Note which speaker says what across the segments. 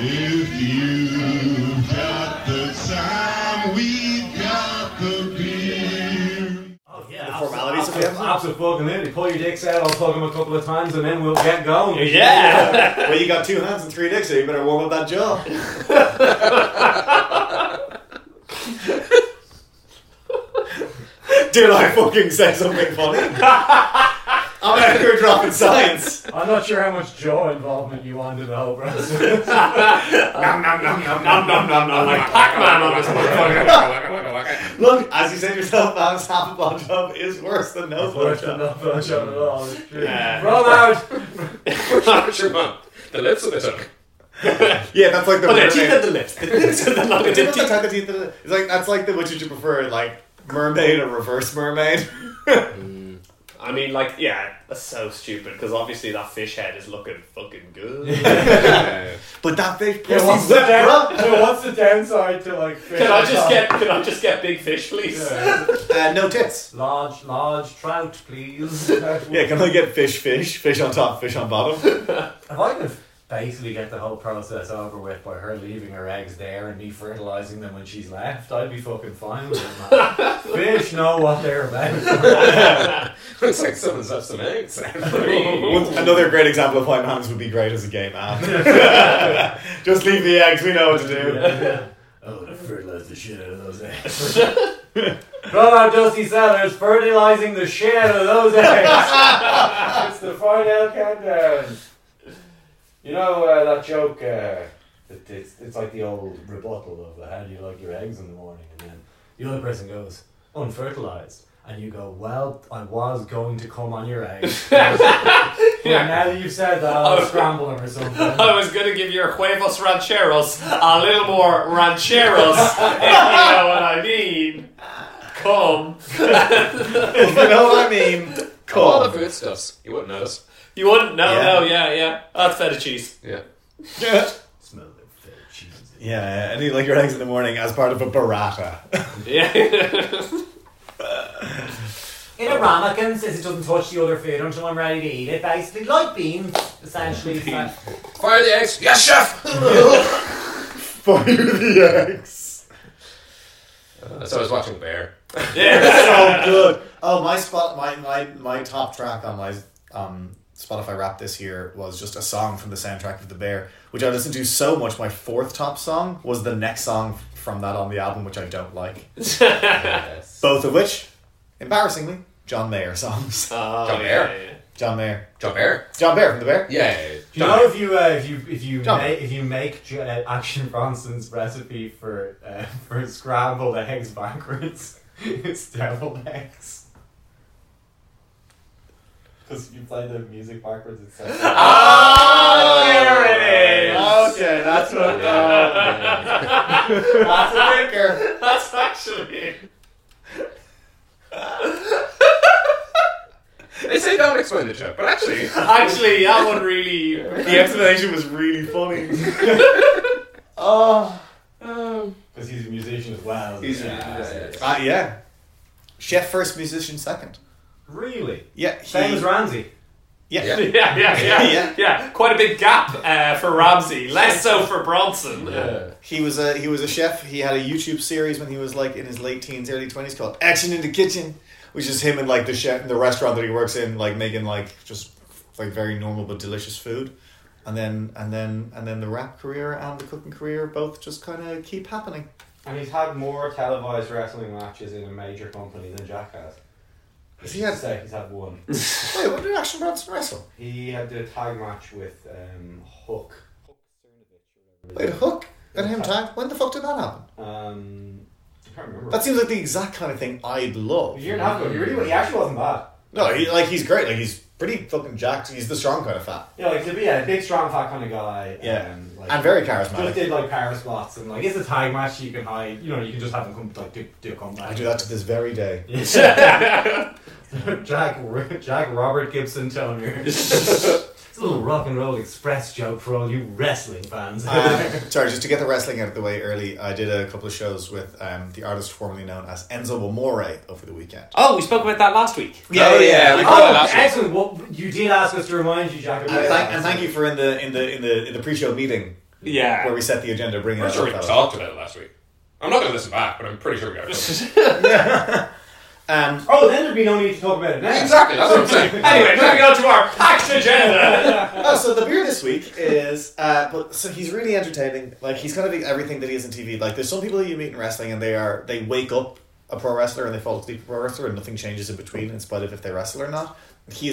Speaker 1: If you got the time, we got the beer.
Speaker 2: Oh, yeah.
Speaker 3: The formalities of the episode?
Speaker 4: Absolutely. Pull your dicks out, I'll plug them a couple of times, and then we'll get going.
Speaker 2: Yeah.
Speaker 3: well, you got two hands and three dicks, so you better warm up that jaw. Did I fucking say something funny? I'm out here dropping science.
Speaker 4: I'm not sure how much jaw involvement you wanted in the whole process.
Speaker 3: Nom, nom, nom, nom,
Speaker 2: Nom nom nom nom. Like Pac-Man on this motherfucker.
Speaker 3: Look, as you said yourself, Alice, half a blowjob is worse than no
Speaker 4: Worse than
Speaker 3: blowjob.
Speaker 4: no blowjob at all. It's true.
Speaker 3: Uh,
Speaker 2: Yeah.
Speaker 4: Run out!
Speaker 2: Not sure, man. The lips of the tongue.
Speaker 3: Yeah, that's like the
Speaker 2: Oh, the
Speaker 3: mermaid-
Speaker 2: teeth and the lips. The lips and the
Speaker 3: The
Speaker 2: tongue.
Speaker 3: teeth
Speaker 2: The
Speaker 3: and the
Speaker 2: teeth.
Speaker 3: tongue, the teeth and the- It's like that's like the which would you prefer, like mermaid or reverse mermaid? Mm.
Speaker 2: I mean, like, yeah, that's so stupid because obviously that fish head is looking fucking good.
Speaker 3: But that big
Speaker 4: Yeah, what's,
Speaker 3: pussy's
Speaker 4: the
Speaker 3: whipped,
Speaker 4: down-
Speaker 3: bro.
Speaker 4: yeah, what's the downside to like.
Speaker 2: Can I just get? Can I just get big fish, please?
Speaker 4: Yeah.
Speaker 3: Uh, no tits.
Speaker 4: Large, large trout, please.
Speaker 3: Yeah, can I get fish, fish, fish on top, fish on bottom?
Speaker 4: If I could basically get the whole process over with by her leaving her eggs there and me fertilising them when she's left, I'd be fucking fine with it. man. Fish know what they're about.
Speaker 5: Looks like someone's left some eggs.
Speaker 3: One- Another great example of why Mams would be great as a gay man. Just leave the eggs. We know what to do.
Speaker 4: I would have fertilised Oh, the shit out of those eggs. From our Dusty Sellers, fertilising the shit out of those eggs. it's the final countdown. You know uh, that joke? Uh, it, it's, it's like the old rebuttal of uh, how do you like your eggs in the morning? And then the other person goes, unfertilised. And you go, well, I was going to come on your eggs. But now that you've said that, I'll scramble them or something.
Speaker 2: I was gonna give your huevos rancheros a little more rancheros, if you know what I mean. Come,
Speaker 3: If you know what I mean.
Speaker 5: All the
Speaker 3: Cool.
Speaker 5: food stuffs. You wouldn't notice.
Speaker 2: you wouldn't know.
Speaker 3: Yeah.
Speaker 2: No, yeah, yeah. That's feta cheese.
Speaker 5: Yeah.
Speaker 3: Yeah,
Speaker 4: Smell the fake cheese.
Speaker 3: yeah. And eat like your eggs in the morning as part of a burrata.
Speaker 2: Yeah.
Speaker 6: In a ramekin, says it doesn't touch the other food until I'm ready to eat it. Basically, like beans, essentially. it's like-
Speaker 5: Fire the eggs. Yes, chef.
Speaker 3: Fire the eggs.
Speaker 5: so I was watching Bear.
Speaker 3: so
Speaker 2: yeah.
Speaker 3: good. Oh, my spot, my my my top track on my um, Spotify rap this year was just a song from the soundtrack of The Bear, which I listened to so much. My fourth top song was the next song from that on the album, which I don't like. Both of which, embarrassingly, John Mayer songs.
Speaker 2: Oh,
Speaker 5: Come
Speaker 2: yeah,
Speaker 5: here.
Speaker 2: yeah.
Speaker 3: John Mayer,
Speaker 5: John Bear.
Speaker 3: John Mayer from The Bear.
Speaker 5: Yeah.
Speaker 4: Do you know if you uh, if you if you
Speaker 3: Jump.
Speaker 4: ma- if you make J- uh, Action Bronson's recipe for uh, for scrambled eggs backwards, it's deviled eggs. Because if you play the music backwards, it's like
Speaker 2: Oh, there it is.
Speaker 3: Okay, that's what.
Speaker 5: uh,
Speaker 3: that's a thinker.
Speaker 2: That's actually.
Speaker 5: They say don't explain the joke, but actually,
Speaker 2: Actually, that one really.
Speaker 3: The explanation was really funny. oh.
Speaker 4: because he's a musician as well.
Speaker 3: He's a
Speaker 4: Yeah.
Speaker 3: Uh, yeah. Chef first, musician second.
Speaker 4: Really,
Speaker 3: Yeah. he-
Speaker 4: same as Ramsey.
Speaker 3: yeah.
Speaker 5: Yeah.
Speaker 2: Yeah, yeah, yeah,
Speaker 3: Yeah.
Speaker 2: yeah, Quite a big gap uh, for Ramsey, less so for Bronson. Uh,
Speaker 3: He was a he was a chef. He had a YouTube series when he was like in his late teens, early twenties called Action in the Kitchen, which is him and like the chef in the restaurant that he works in, like making like just like very normal but delicious food. And then and then and then the rap career and the cooking career both just kind of keep happening.
Speaker 4: And he's had more televised wrestling matches in a major company than Jack has.
Speaker 3: Has he had-
Speaker 4: Say he's had one.
Speaker 3: Wait, what did Action Bronson wrestle?
Speaker 4: he had a tag match with um, Hook.
Speaker 3: Wait, Hook and him tag. When the fuck did that happen?
Speaker 4: Um, I can't remember.
Speaker 3: That seems like the exact kind of thing I'd
Speaker 4: a
Speaker 3: love.
Speaker 4: year and a half ago. He really, he actually wasn't bad.
Speaker 3: No, he like he's great. Like he's pretty fucking jacked. He's the strong kind of fat
Speaker 4: Yeah, like to be a big, strong, fat kind of guy.
Speaker 3: Yeah.
Speaker 4: um, like,
Speaker 3: and very
Speaker 4: Just
Speaker 3: charismatic.
Speaker 4: did like power spots and like it's a tag match. You can hide. You know, you can just have them come like do, do a comeback.
Speaker 3: I do that to this very day.
Speaker 4: Jack Ro- Jack Robert Gibson Toner. it's a little rock and roll express joke for all you wrestling fans.
Speaker 3: Uh, sorry, just to get the wrestling out of the way early, I did a couple of shows with um, the artist formerly known as Enzo Amore over the weekend.
Speaker 2: Oh, we spoke about that last week.
Speaker 5: Oh, yeah, we call it
Speaker 4: oh,
Speaker 5: last week.
Speaker 4: excellent! Well, you did ask us to remind you, Jack.
Speaker 3: And thank, and thank you for in the in the in the in the pre-show meeting
Speaker 2: Yeah.
Speaker 3: where we set the agenda, bringing
Speaker 1: I'm
Speaker 3: that
Speaker 1: sure we
Speaker 3: up. Alan.
Speaker 1: talked about it last week. I'm not going to listen back, but I'm pretty sure we got it. covered.
Speaker 3: Um,
Speaker 4: Oh, then there'd be no need to talk about it now.
Speaker 1: exactly, that's what I'm saying.
Speaker 2: Anyway, moving on to our packed agenda.
Speaker 3: oh, so the beer this week is, uh, but so he's really entertaining. Like he's kind of everything that he is in TV. Like there's some people that you meet in wrestling and they are they wake up a pro wrestler and they fall asleep a pro wrestler and nothing changes in between in spite of if they wrestle or not. He's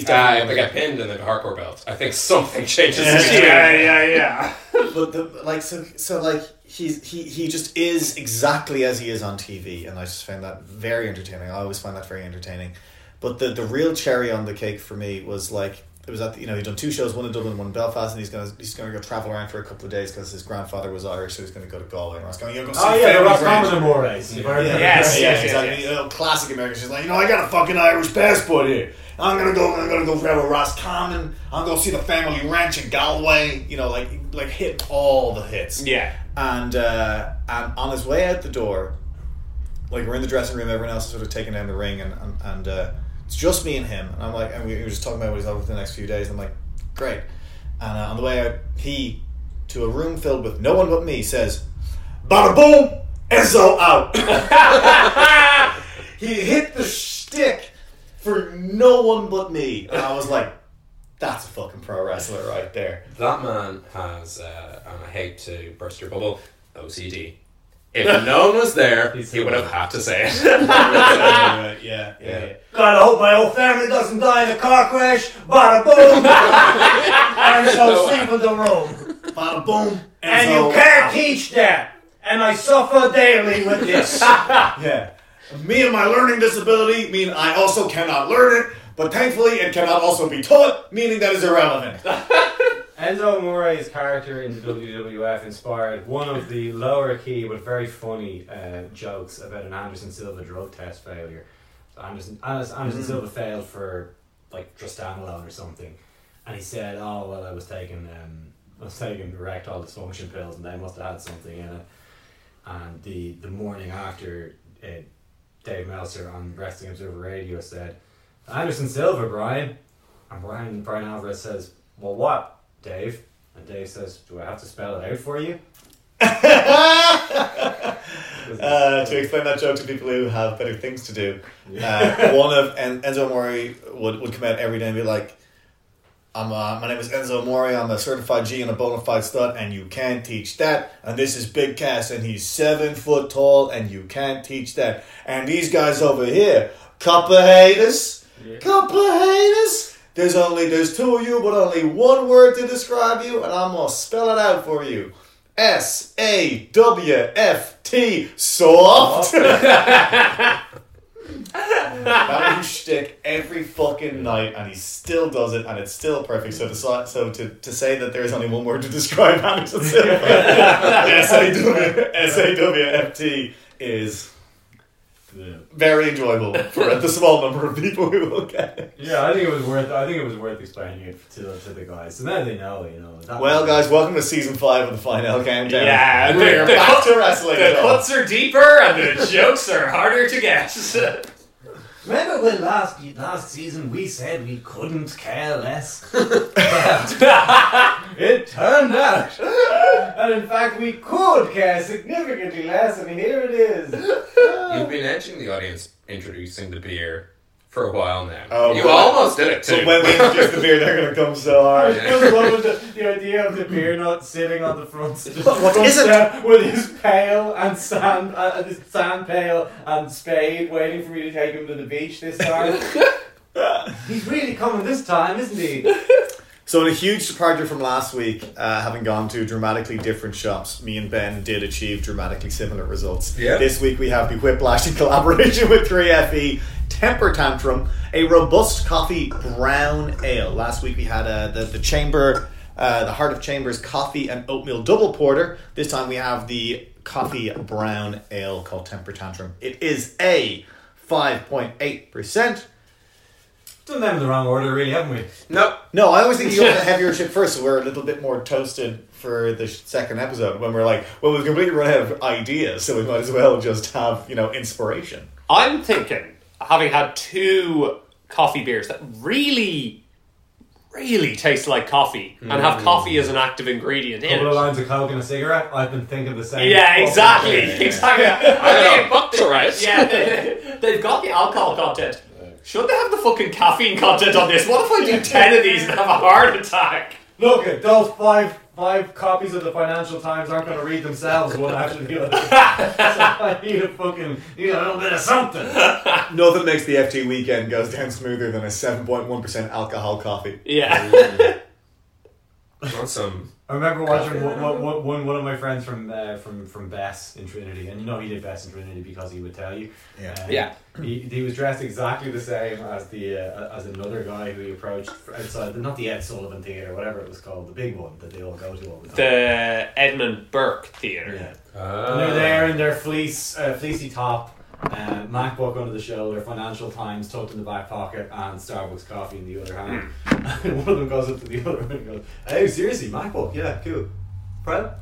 Speaker 1: Uh, if
Speaker 3: definitely
Speaker 1: they get pinned and then the hardcore belt, I think something changes.
Speaker 2: yeah, yeah, yeah.
Speaker 3: but the, like so so like he's he he just is exactly as he is on TV, and I just found that very entertaining. I always find that very entertaining. But the the real cherry on the cake for me was like it was at the, you know he'd done two shows, one in Dublin, one in Belfast, and he's gonna he's gonna go travel around for a couple of days because his grandfather was Irish, so he's gonna go to Galway. And I was going, you're gonna see
Speaker 4: Oh, yeah, the
Speaker 3: family
Speaker 4: Rock
Speaker 3: friends."
Speaker 4: Common Amores. You've heard
Speaker 3: Yeah,
Speaker 4: that.
Speaker 3: yes,
Speaker 2: Yes,
Speaker 3: yes,
Speaker 2: yes, yes,
Speaker 3: exactly. You know, classic American. She's like, you know, I got a fucking Irish passport here. I'm gonna go. I'm gonna go travel with Ross Common. I'm gonna see the family ranch in Galway. You know, like like hit all the hits.
Speaker 2: Yeah.
Speaker 3: And uh, and on his way out the door, like we're in the dressing room, everyone else is sort of taking down the ring, and and, and uh, it's just me and him. And I'm like, and we we were just talking about what he's up with the next few days. And I'm like, great. And uh, on the way out, he to a room filled with no one but me says, "Bada boom, Enzo out." he hit the stick for no one but me, and I was like, "That's a fucking pro wrestler right there."
Speaker 1: That man has, uh, and I hate to burst your bubble, OCD. If no one was there, he would have had to say it.
Speaker 3: yeah, yeah, yeah.
Speaker 4: God, I hope my whole family doesn't die in a car crash. Bada boom! and so sleep in the room.
Speaker 3: Bada boom,
Speaker 4: And you can't teach that. And I suffer daily with this.
Speaker 3: Yeah. Me and my learning disability mean I also cannot learn it, but thankfully it cannot also be taught, meaning that is irrelevant.
Speaker 4: Enzo Amore's character in the WWF inspired one of the lower key but very funny uh, jokes about an Anderson Silva drug test failure. Anderson, Anderson, Anderson
Speaker 3: Mm-hmm.
Speaker 4: Silva failed for like tristanolone or something, and he said, "Oh well, I was taking um, I was taking erectile dysfunction pills, and they must have had something in it." And the the morning after, uh, Dave Meltzer on Wrestling Observer Radio said, "Anderson Silva, Brian," and Brian Brian Alvarez says, "Well, what, Dave?" And Dave says, "Do I have to spell it out for you?"
Speaker 3: Uh, to explain that joke to people who have better things to do, uh, one of en- Enzo Mori would, would come out every day and be like, I'm, uh, my name is Enzo Mori, I'm a certified G and a bona fide stud, and you can't teach that. And this is Big Cass, and he's seven foot tall, and you can't teach that. And these guys over here, copper haters, copper haters. There's only there's two of you, but only one word to describe you, and I'm gonna spell it out for you. S A W F T soft. that was his shtick every fucking night, and he still does it, and it's still perfect. So to so so to, to say that there is only one word to describe Anderson Silva, S A W S A W F T is very enjoyable for the small number of people who will get it.
Speaker 4: Yeah, I think it was worth. I think it was worth explaining it to, to the guys. So now they know, you know. that-
Speaker 3: Well, guys, welcome to season five of the final countdown.
Speaker 2: Yeah,
Speaker 3: we're
Speaker 2: the- the-
Speaker 3: back to wrestling.
Speaker 2: The
Speaker 3: at all.
Speaker 2: cuts are deeper and the jokes are harder to guess.
Speaker 4: remember when last last season we said we couldn't care less. It turned out that in fact we could care significantly less. I mean, here it is.
Speaker 1: You've been edging the audience, introducing the beer for a while now.
Speaker 3: Oh,
Speaker 1: you
Speaker 3: well.
Speaker 1: almost did it too.
Speaker 3: So when we introduce the beer, they're gonna come so
Speaker 4: I
Speaker 3: hard.
Speaker 4: just love the, the idea of the beer nut sitting on the front, the
Speaker 3: what
Speaker 4: front
Speaker 3: is it?
Speaker 4: step with his pail and sand, uh, uh, his sand pail and spade, waiting for me to take him to the beach this time. He's really coming this time, isn't he?
Speaker 3: So, in a huge departure from last week, uh, having gone to dramatically different shops, me and Ben did achieve dramatically similar results.
Speaker 1: Yeah.
Speaker 3: This week we have the Whiplash in collaboration with 3FE Temper Tantrum, a robust coffee brown ale. Last week we had uh, the, the Chamber, uh, the Heart of Chambers coffee and oatmeal double porter. This time we have the coffee brown ale called Temper Tantrum. It is a 5.8%.
Speaker 4: Done them in the wrong order, really, haven't we?
Speaker 1: no,
Speaker 3: No, I always think you want the heavier shit first, so we're a little bit more toasted for the sh- second episode when we're like, well, we've completely run out of ideas, so we might as well just have, you know, inspiration.
Speaker 2: I'm thinking, having had two coffee beers that really, really taste like coffee and have coffee as an active ingredient in
Speaker 4: couple of
Speaker 2: it.
Speaker 4: lines of coke and a cigarette. I've been thinking the same.
Speaker 2: Yeah,
Speaker 4: fucking
Speaker 2: exactly,
Speaker 4: thing.
Speaker 2: exactly.
Speaker 1: I don't
Speaker 2: They-
Speaker 1: know, fuck the rest.
Speaker 2: yeah, they, they've got the alcohol content. Should they have the fucking caffeine content on this? What if I do ten of these and have a heart attack?
Speaker 4: Look, at those five five copies of the Financial Times aren't going to read themselves one after the other. so I need a fucking need a little bit of something.
Speaker 3: Nothing makes the FT weekend goes down smoother than a 7.1% alcohol coffee.
Speaker 2: Yeah.
Speaker 1: Want some?
Speaker 4: I remember watching one, one, one- one, one of my friends from uh, from from Bess in Trinity, and you know he did Bess in Trinity because he would tell you.
Speaker 3: Yeah.
Speaker 4: Uh,
Speaker 1: Yeah.
Speaker 4: He, he was dressed exactly the same as the uh, as another guy who he approached f- outside, the, not the Ed Sullivan Theatre, whatever it was called, the big one that they all go to all the time.
Speaker 2: the Edmund Burke Theatre.
Speaker 4: yeah. And they're
Speaker 1: Uh,
Speaker 4: there in their fleece, uh, fleecy top, uh, MacBook under the shoulder, Financial Times tucked in the back pocket, and Starbucks coffee in the other hand. and one of them goes up to the other one and goes, "Hey, seriously, MacBook? Yeah, cool. Prep?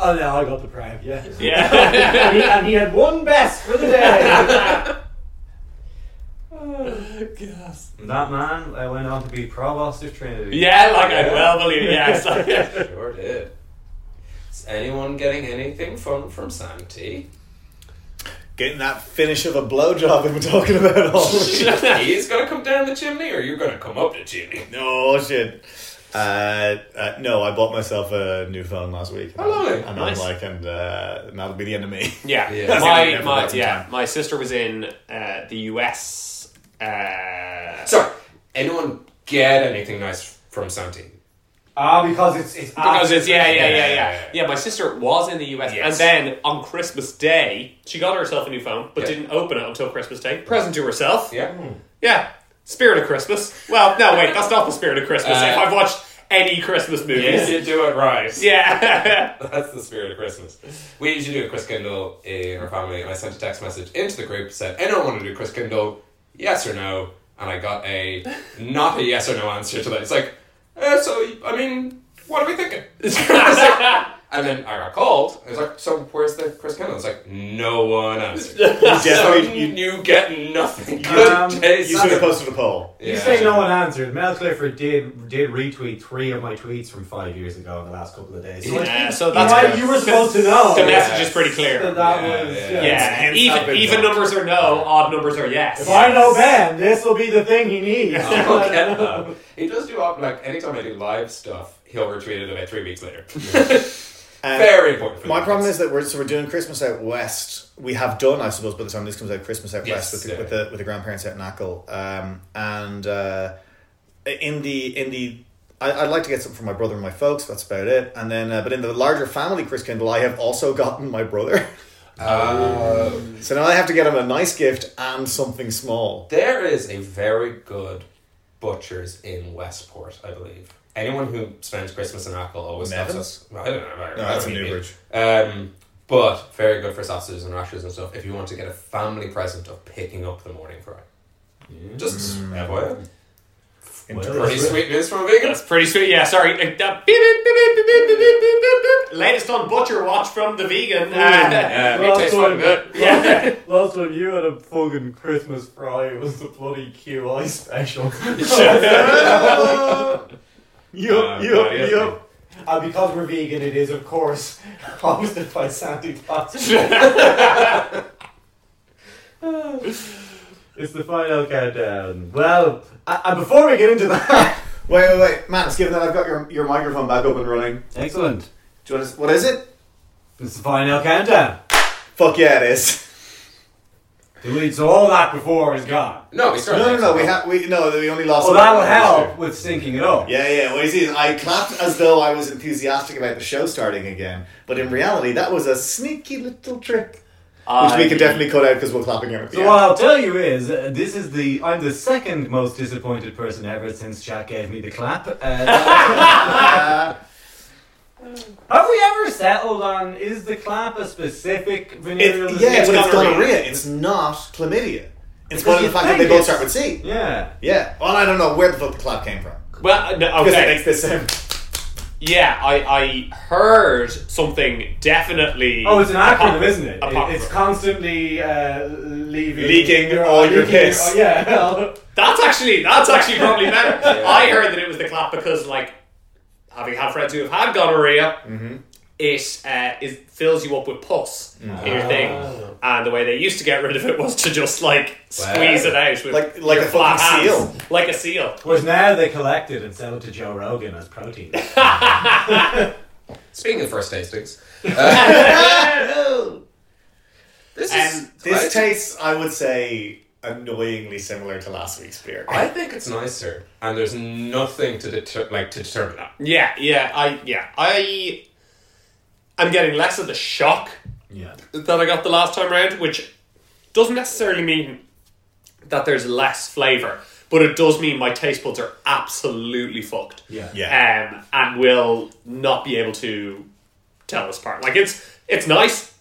Speaker 4: Oh no, I got the prep. Yeah.
Speaker 2: yeah.
Speaker 4: and, he, and he had one best for the day.
Speaker 2: Yes.
Speaker 4: And that man uh, went on to be provost of Trinity.
Speaker 2: Yeah, like I well believe it. Yes.
Speaker 1: sure did. Is anyone getting anything from from Santi?
Speaker 3: Getting that finish of a blowjob we were talking about all
Speaker 1: He's gonna come down the chimney, or you're gonna come up the chimney.
Speaker 3: No shit. Uh, uh, no, I bought myself a new phone last week.
Speaker 1: Oh, lovely.
Speaker 3: And
Speaker 2: Nice.
Speaker 3: I'm like, and, uh, and that'll be the end of me.
Speaker 2: yeah.
Speaker 1: Yeah.
Speaker 2: My
Speaker 3: Never
Speaker 2: my
Speaker 3: back in
Speaker 2: yeah. My sister was in uh, the U.S. Uh,
Speaker 1: Sorry, anyone get anything nice from Santi?
Speaker 4: Ah, because it's it's
Speaker 2: because it's yeah yeah,
Speaker 1: Ah,
Speaker 2: yeah
Speaker 1: Yeah,
Speaker 2: yeah
Speaker 1: yeah,
Speaker 2: yeah
Speaker 1: yeah.
Speaker 2: my sister was in the US
Speaker 1: Yes.
Speaker 2: and then on Christmas Day she got herself a new phone but
Speaker 1: Yeah.
Speaker 2: didn't open it until Christmas Day present to herself
Speaker 1: Yeah.
Speaker 3: Hmm.
Speaker 2: Yeah. spirit of Christmas well no wait that's not the spirit of Christmas
Speaker 1: Uh,
Speaker 2: if I've watched any Christmas
Speaker 1: Yes,
Speaker 2: movies
Speaker 1: you do it right.
Speaker 2: yeah
Speaker 1: That's the spirit of Christmas. We usually do a Chris Kindle in our family, and I sent a text message into the group said, "Anyone want to do Chris Kindle? Yes or no?" And I got a not a yes or no answer to that. It's like, eh, so I mean, what are we thinking? and then I got called. I was like, "So where's the Chris Kindle?" It's like, no one answered. so
Speaker 3: Definitely,
Speaker 1: you,
Speaker 3: you,
Speaker 1: get nothing.
Speaker 4: Um,
Speaker 1: Good day,
Speaker 3: you should have
Speaker 1: Saturday.
Speaker 3: posted a poll.
Speaker 1: Yeah.
Speaker 4: You say no one answered. Mel Clifford did did retweet three of my tweets from five years ago in the last couple of days. So I think
Speaker 2: Yeah, so
Speaker 4: you
Speaker 2: that's
Speaker 4: might-
Speaker 2: good.
Speaker 4: you were supposed to know.
Speaker 2: the
Speaker 1: Yeah.
Speaker 2: message is pretty
Speaker 4: That,
Speaker 2: clear
Speaker 4: that
Speaker 1: Yeah,
Speaker 4: was
Speaker 1: yeah,
Speaker 4: yeah.
Speaker 2: yeah
Speaker 3: Hence I've
Speaker 2: even
Speaker 3: been
Speaker 2: even
Speaker 3: told.
Speaker 2: numbers are no odd numbers are yes
Speaker 4: If I know Ben, this will be the thing he needs.
Speaker 1: I'll get that. He does do op- like anytime I do live stuff, he'll retweet it about three weeks later.
Speaker 3: And
Speaker 1: Very important. For
Speaker 3: my
Speaker 1: the
Speaker 3: problem
Speaker 1: kids.
Speaker 3: is that we're so we're doing Christmas out west. We have done, I suppose, by the time this comes out, Christmas out
Speaker 1: Yes,
Speaker 3: west with the,
Speaker 1: yeah.
Speaker 3: with the with the grandparents out in Ackle. Um, and uh, in the in the I, I'd like to get something for my brother and my folks. That's about it. And then, uh, but in the larger family, Chris Kindle, I have also gotten my brother.
Speaker 1: Uh,
Speaker 3: So now I have to get him a nice gift and something small.
Speaker 1: there is a very good butcher's in Westport, I believe. Anyone who spends Christmas in Apple always loves
Speaker 3: Nevin?
Speaker 1: us. Well, I don't know. I don't
Speaker 3: No,
Speaker 1: know
Speaker 3: that's
Speaker 1: what you
Speaker 3: Newbridge.
Speaker 1: mean. Um, but very good for sausages and rashers and stuff. If you want to get a family present of picking up the morning fry, just
Speaker 3: Mm.
Speaker 1: FYI. Pretty
Speaker 3: Interesting.
Speaker 1: sweet news from a vegan.
Speaker 2: That's pretty sweet. Yeah, sorry. Uh, uh, beep, beep, beep, beep, beep, beep, beep, beep, beep, beep, beep. Latest on Butcher Watch from the vegan. Uh,
Speaker 1: Yeah, it
Speaker 4: Well,
Speaker 1: tastes
Speaker 4: sorry,
Speaker 1: fucking good.
Speaker 2: yeah.
Speaker 4: Last time you had a fucking Christmas fry, it was the bloody QI special.
Speaker 1: Uh,
Speaker 3: Yup,
Speaker 1: no, yes,
Speaker 3: yup, yup.
Speaker 4: and Uh, because we're vegan, it is, of course, hosted by Sandy Potts. it's the final countdown. Well, uh, and before we get into that.
Speaker 3: Wait, wait, wait. Matt, given that I've got your, your microphone back up and running,
Speaker 4: Excellent.
Speaker 3: do you want to, what is it?
Speaker 4: It's the final countdown.
Speaker 3: Fuck yeah, it is.
Speaker 4: Delete so all that before is gone.
Speaker 1: No, we started.
Speaker 3: No, no, no. We have we no. We only lost.
Speaker 2: Oh,
Speaker 4: Well,
Speaker 3: one.
Speaker 4: that'll help with syncing it up.
Speaker 3: Yeah, yeah. What you see is I clapped as though I was enthusiastic about the show starting again, but in reality, that was a sneaky little trick, which we can definitely cut out because we're clapping here.
Speaker 4: So what I'll tell you is, uh, this is the I'm the second most disappointed person ever since Jack gave me the clap. Uh, have we ever settled on is the clap a specific venereal
Speaker 3: It,
Speaker 4: disease?
Speaker 3: yeah, but it's
Speaker 2: gonorrhea.
Speaker 3: gonorrhea. It's not chlamydia. It's
Speaker 4: Because
Speaker 3: one of the
Speaker 4: you
Speaker 3: fact that
Speaker 4: think
Speaker 3: they both
Speaker 4: it's-
Speaker 3: start with C.
Speaker 4: yeah.
Speaker 3: Yeah. Well, I don't know where the fuck the clap came from.
Speaker 2: Well, uh, no,
Speaker 3: Because it
Speaker 2: okay.
Speaker 3: makes this sound.
Speaker 2: yeah, I, I heard something definitely.
Speaker 4: Oh, it's an acronym,
Speaker 2: apoc-
Speaker 4: isn't it?
Speaker 2: apocryphal.
Speaker 4: It's constantly uh, leaving
Speaker 2: Leaking all your
Speaker 4: leaking
Speaker 2: piss.
Speaker 4: oh, yeah.
Speaker 2: That's actually that's actually probably better. I heard that it was the clap because like having had friends who have had gonorrhea,
Speaker 3: Mm-hmm.
Speaker 2: it uh, is fills you up with pus in
Speaker 3: Ah.
Speaker 2: your thing. And the way they used to get rid of it was to just like squeeze it out with
Speaker 3: Like- like
Speaker 2: your
Speaker 3: a
Speaker 2: flat
Speaker 3: fucking
Speaker 2: hands.
Speaker 3: seal.
Speaker 2: like a seal.
Speaker 4: Whereas now they collect it and sell it to Joe Rogan as protein.
Speaker 1: Speaking of first tastings, uh, this is
Speaker 2: Um,
Speaker 3: This
Speaker 1: I-
Speaker 3: tastes, I would say, annoyingly similar to last week's beer.
Speaker 1: I think it's nicer, and there's nothing to deter like to determine that.
Speaker 2: Yeah, yeah, I yeah I. I'm getting less of the shock
Speaker 4: yeah.
Speaker 2: that I got the last time round, which doesn't necessarily mean that there's less flavour, but it does mean my taste buds are absolutely fucked.
Speaker 4: Yeah.
Speaker 3: Yeah.
Speaker 2: Um, and will not be able to tell this apart. Like it's it's nice,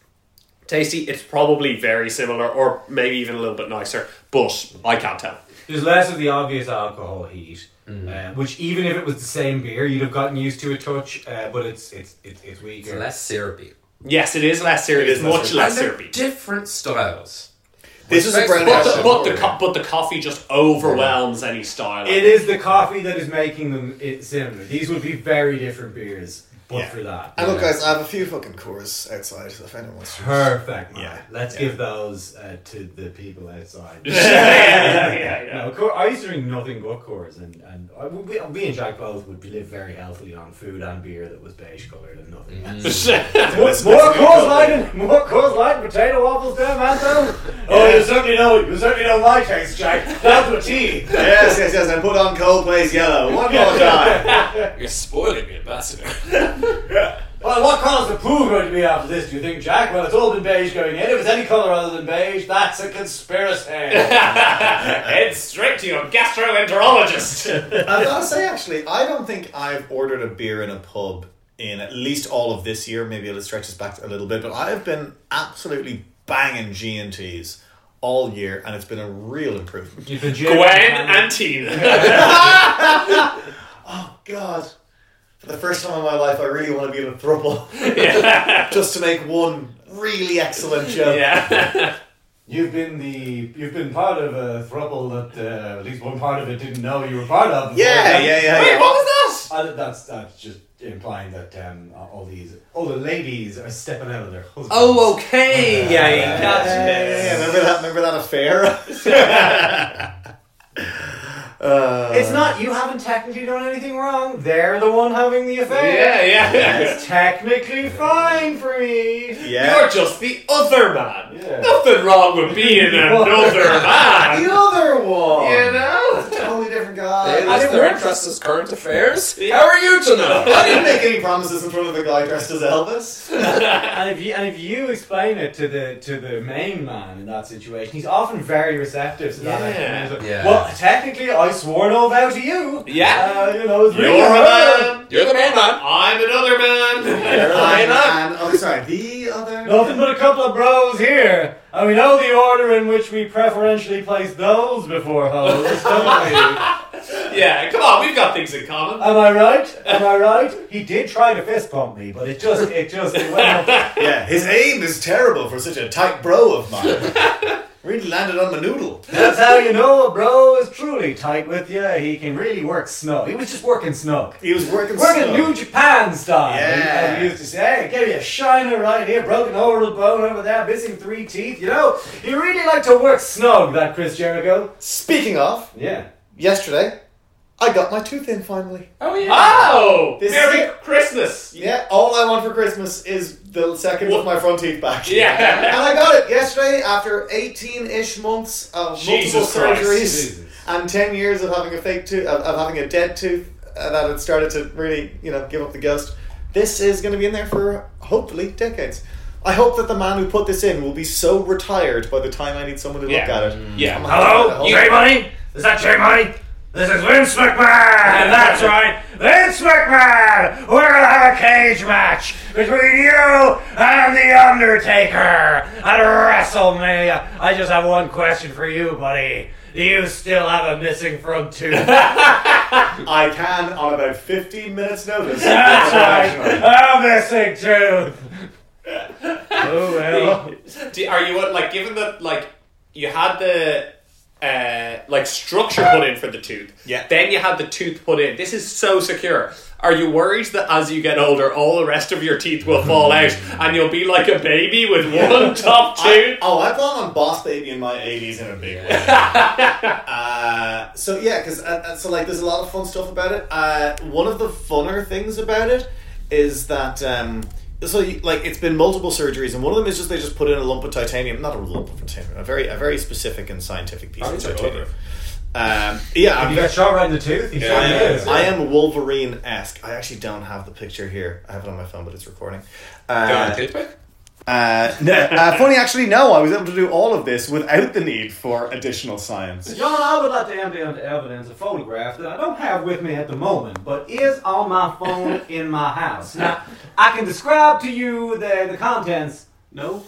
Speaker 2: tasty. It's probably very similar, or maybe even a little bit nicer. But I can't tell.
Speaker 4: There's less of the obvious alcohol heat, uh, which even if it was the same beer, you'd have gotten used to a touch. Uh, but it's it's it's, it's weaker.
Speaker 1: Less syrupy.
Speaker 2: Yes, it is less syrupy. It is
Speaker 3: less
Speaker 2: much
Speaker 3: syrupy.
Speaker 2: less
Speaker 1: And they're
Speaker 2: syrupy.
Speaker 1: different styles.
Speaker 3: This is
Speaker 1: But
Speaker 3: a brown
Speaker 2: But the,
Speaker 3: ale.
Speaker 2: but, the co- but the coffee just overwhelms any style.
Speaker 4: It is the coffee that is making them it similar. These would be very different beers, but
Speaker 3: Yeah.
Speaker 4: for that,
Speaker 3: And look, guys, I have a few fucking cores outside if anyone wants to.
Speaker 4: perfect. Man.
Speaker 3: Yeah.
Speaker 4: let's
Speaker 3: Yeah.
Speaker 4: give those uh, to the people outside.
Speaker 2: yeah, yeah, yeah.
Speaker 4: No, Coor- I used to drink nothing but Coors, and and I, we, we and Jack both would live very healthily on food and beer that was beige coloured and nothing. else. More, more Coors Light, and- more Coors Light, and potato waffles, damn Anton. Oh, you certainly know, you certainly know my taste, Jack. That's what tea.
Speaker 3: yes, yes, yes, and put on Coldplay's Yellow one more time.
Speaker 1: You're spoiling me, ambassador.
Speaker 4: Well, what colour's the poo going to be after this? Do you think, Jack? Well, it's all been beige going in. If it's any colour other than beige, that's a conspiracy.
Speaker 2: Head straight to your gastroenterologist.
Speaker 3: I've got to say, actually, I don't think I've ordered a beer in a pub in at least all of this year. Maybe it'll stretch us back a little bit, but I have been absolutely banging G and T's all year, and it's been a real improvement.
Speaker 4: You've been
Speaker 2: Gwen
Speaker 4: joking,
Speaker 2: and Tina.
Speaker 3: God. For the first time in my life, I really want to be in a throuple just to make one really excellent joke.
Speaker 2: Yeah.
Speaker 4: You've been the you've been part of a throuple that uh, at least one part of it didn't know you were part of. before
Speaker 3: Yeah,
Speaker 4: that.
Speaker 3: yeah, yeah.
Speaker 2: Wait,
Speaker 3: yeah.
Speaker 2: what was that?
Speaker 4: Uh, that's that's just implying that um, all these all the ladies are stepping out of their husbands.
Speaker 3: Oh,
Speaker 2: okay. Yeah, yeah,
Speaker 3: Yeah, yeah, remember that? Remember that affair? Uh,
Speaker 4: It's not you haven't technically done anything wrong. They're the one having the affair.
Speaker 2: Yeah, yeah.
Speaker 4: It's technically fine for me.
Speaker 3: Yeah.
Speaker 2: You're just the other man.
Speaker 4: Yeah.
Speaker 2: Nothing wrong with being another man.
Speaker 3: the other one.
Speaker 2: You know?
Speaker 3: Totally different guy.
Speaker 1: They list their interests as current affairs. How are you to know?
Speaker 3: I didn't make any promises in front of the guy dressed as Elvis.
Speaker 4: And if you and if you explain it to the to the main man in that situation, he's often very receptive to that.
Speaker 2: Yeah.
Speaker 4: explanation. He's like,
Speaker 1: Yeah.
Speaker 4: Well, technically, I swore no vow to you.
Speaker 2: Yeah.
Speaker 4: Uh, you know, it's
Speaker 2: You're
Speaker 4: really
Speaker 2: a
Speaker 4: her.
Speaker 2: man.
Speaker 1: You're the main man.
Speaker 2: I'm another man.
Speaker 1: I'm
Speaker 3: I'm, I'm, oh, sorry. The other.
Speaker 4: Nothing but a couple of bros here, and we know the order in which we preferentially place those before hoes, don't we?
Speaker 2: yeah, come on, we've got things in common.
Speaker 4: Am I right? Am I right? He did try to fist pump me, but it just, it just, it went off.
Speaker 3: Yeah, his aim is terrible for such a tight bro of mine. really landed on the noodle.
Speaker 4: That's how you know a bro is truly tight with you. He can really work snug. He was just working snug.
Speaker 3: He was working.
Speaker 4: Working
Speaker 3: slow.
Speaker 4: New Japan style.
Speaker 3: Yeah.
Speaker 4: And he used to say, hey, give you a shiner right here, broken oral bone over there, missing three teeth. You know, he really liked to work snug, that Chris Jericho.
Speaker 3: Speaking of,
Speaker 4: Yeah.
Speaker 3: yesterday, I got my tooth in finally.
Speaker 1: Oh yeah.
Speaker 2: Oh!
Speaker 3: This
Speaker 2: Merry
Speaker 3: is-
Speaker 2: Christmas!
Speaker 3: Yeah, all I want for Christmas is the second of my front teeth back.
Speaker 2: Yeah.
Speaker 3: And I got it yesterday after 18 ish months of
Speaker 2: Jesus
Speaker 3: multiple
Speaker 2: Christ.
Speaker 3: surgeries
Speaker 4: Jesus.
Speaker 3: and 10 years of having a fake tooth, of, of having a dead tooth uh, that had started to really, you know, give up the ghost. This is going to be in there for hopefully decades. I hope that the man who put this in will be so retired by the time I need someone to look
Speaker 2: Yeah.
Speaker 3: at it.
Speaker 2: Yeah.
Speaker 3: I'm
Speaker 7: Hello, J Money? Is that J Money? This is Vince McMahon! That's right, Vince McMahon! We're gonna have a cage match between you and The Undertaker at WrestleMania. I just have one question for you, buddy.
Speaker 8: you still have a missing front tooth.
Speaker 3: I can, on about 15 minutes' notice,
Speaker 8: a missing tooth. oh well.
Speaker 2: Do, are you what like given that like you had the uh, like structure put in for the tooth?
Speaker 3: Yeah.
Speaker 2: Then you had the tooth put in. This is so secure. Are you worried that as you get older, all the rest of your teeth will fall out and you'll be like a baby with one top
Speaker 3: I,
Speaker 2: tooth?
Speaker 3: oh, I plan on Boss Baby in my 80s in a big way. uh, so, yeah, because, uh, uh, so, like, there's a lot of fun stuff about it. Uh, one of the funner things about it is that, um, so, you, like, it's been multiple surgeries, and one of them is just they just put in a lump of titanium. Not a lump of titanium, a very, a very specific and scientific piece of
Speaker 1: Probably took
Speaker 3: titanium. Um, yeah, I'm
Speaker 4: You
Speaker 3: very-
Speaker 4: got shot right in the tooth. You
Speaker 1: Yeah,
Speaker 4: shot
Speaker 1: yeah,
Speaker 4: in the tooth.
Speaker 1: yeah.
Speaker 3: I am Wolverine esque. I actually don't have the picture here. I have it on my phone, but it's recording.
Speaker 1: Got
Speaker 3: Uh,
Speaker 1: a tape pick?
Speaker 3: uh, no, uh, funny, actually, no. I was able to do all of this without the need for additional science.
Speaker 4: John, I would like to hand down to evidence a photograph that I don't have with me at the moment, but is on my phone in my house. Now, I can describe to you the, the contents. No?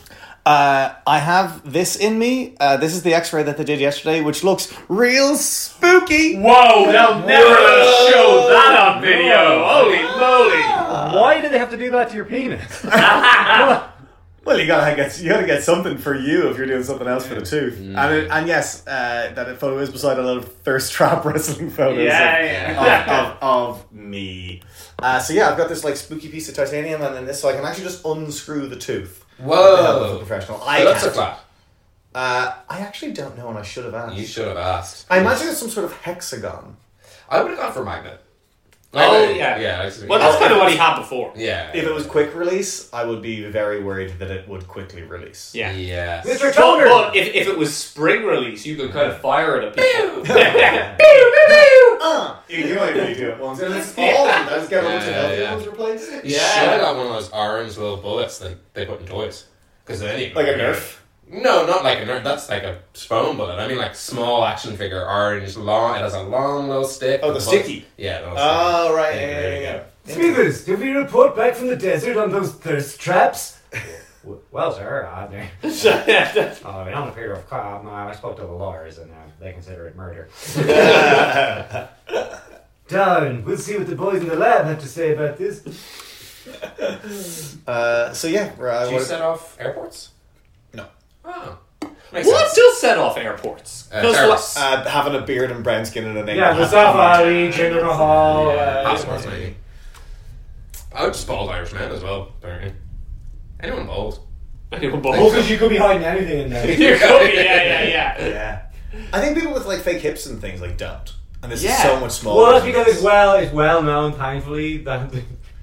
Speaker 3: Uh, I have this in me. Uh, this is the X-ray that they did yesterday, which looks real spooky.
Speaker 2: Whoa! They'll never
Speaker 3: Whoa.
Speaker 2: show that on video. Holy moly!
Speaker 4: Why did they have to do that to your penis?
Speaker 3: Well, you gotta get you gotta get something for you if you're doing something else for the tooth.
Speaker 2: Mm.
Speaker 3: And, it, and yes, uh, that photo is beside a lot of thirst trap wrestling photos. of-
Speaker 2: Yeah,
Speaker 3: of, of, of me. Uh, so yeah, I've got this like spooky piece of titanium, and then this, so I can actually just unscrew the tooth.
Speaker 2: Oh.
Speaker 3: With the help of a
Speaker 1: Whoa.
Speaker 3: professional. I
Speaker 1: It looks
Speaker 3: can't.
Speaker 1: like that.
Speaker 3: Uh, I actually don't know, and I should have asked.
Speaker 1: You should have asked.
Speaker 3: I imagine it's some sort of hexagon.
Speaker 1: I would have gone for magnet.
Speaker 2: Oh,
Speaker 1: Magnet,
Speaker 2: yeah.
Speaker 1: yeah. I was-
Speaker 2: Well, that's kind of what he had before.
Speaker 1: yeah.
Speaker 3: If it was quick release, I would be very worried that it would quickly release.
Speaker 2: Yeah.
Speaker 1: Yes.
Speaker 8: Mr.
Speaker 2: But,
Speaker 8: Toner.
Speaker 2: but if, if it was spring release, you could kind of fire it at people.
Speaker 3: Uh, you know what you do at once. And it's all of them. I just get a bunch of
Speaker 1: Yeah,
Speaker 3: healthy
Speaker 1: yeah.
Speaker 3: ones replaced.
Speaker 1: Should have got one of those orange little bullets that they put in toys. Because then you
Speaker 3: Like a Nerf.
Speaker 1: No, not like a Nerf. That's like a foam bullet. I mean, like small action figure, orange, long. It has a long little stick.
Speaker 3: Oh, the
Speaker 1: bullet-
Speaker 3: sticky.
Speaker 1: Yeah. The little
Speaker 3: Oh, right.
Speaker 1: stick.
Speaker 3: Yeah, yeah,
Speaker 1: there you
Speaker 3: yeah, yeah.
Speaker 1: go.
Speaker 8: Smithers, did we report back from the desert on those thirst traps? W- well, sir, I, uh, I mean, I'm a pair of cop. No, I spoke to the lawyers, and uh, they consider it murder. Down. We'll see what the boys in the lab have to say about this.
Speaker 3: Uh, so yeah, right.
Speaker 1: Do you set off airports?
Speaker 3: No.
Speaker 1: Oh. Makes
Speaker 2: What
Speaker 1: sense.
Speaker 2: does set off airports?
Speaker 1: Uh,
Speaker 2: 'Cause
Speaker 1: terrorists.
Speaker 3: uh, having a beard and brown skin and a name.
Speaker 8: Yeah, the safari, General Hall.
Speaker 1: Uh,
Speaker 3: uh,
Speaker 1: Passports, maybe. I would just bald Irish men as well, apparently. Anyone bald?
Speaker 2: like- Anyone bold?
Speaker 8: you could be hiding anything in there.
Speaker 2: You could be, yeah, yeah, yeah.
Speaker 3: Yeah. I think people with like fake hips and things like don't. And this is
Speaker 2: Yeah.
Speaker 3: so much smaller.
Speaker 4: Well, that's
Speaker 3: than
Speaker 4: because
Speaker 3: this.
Speaker 4: it's well, it's well known, thankfully, that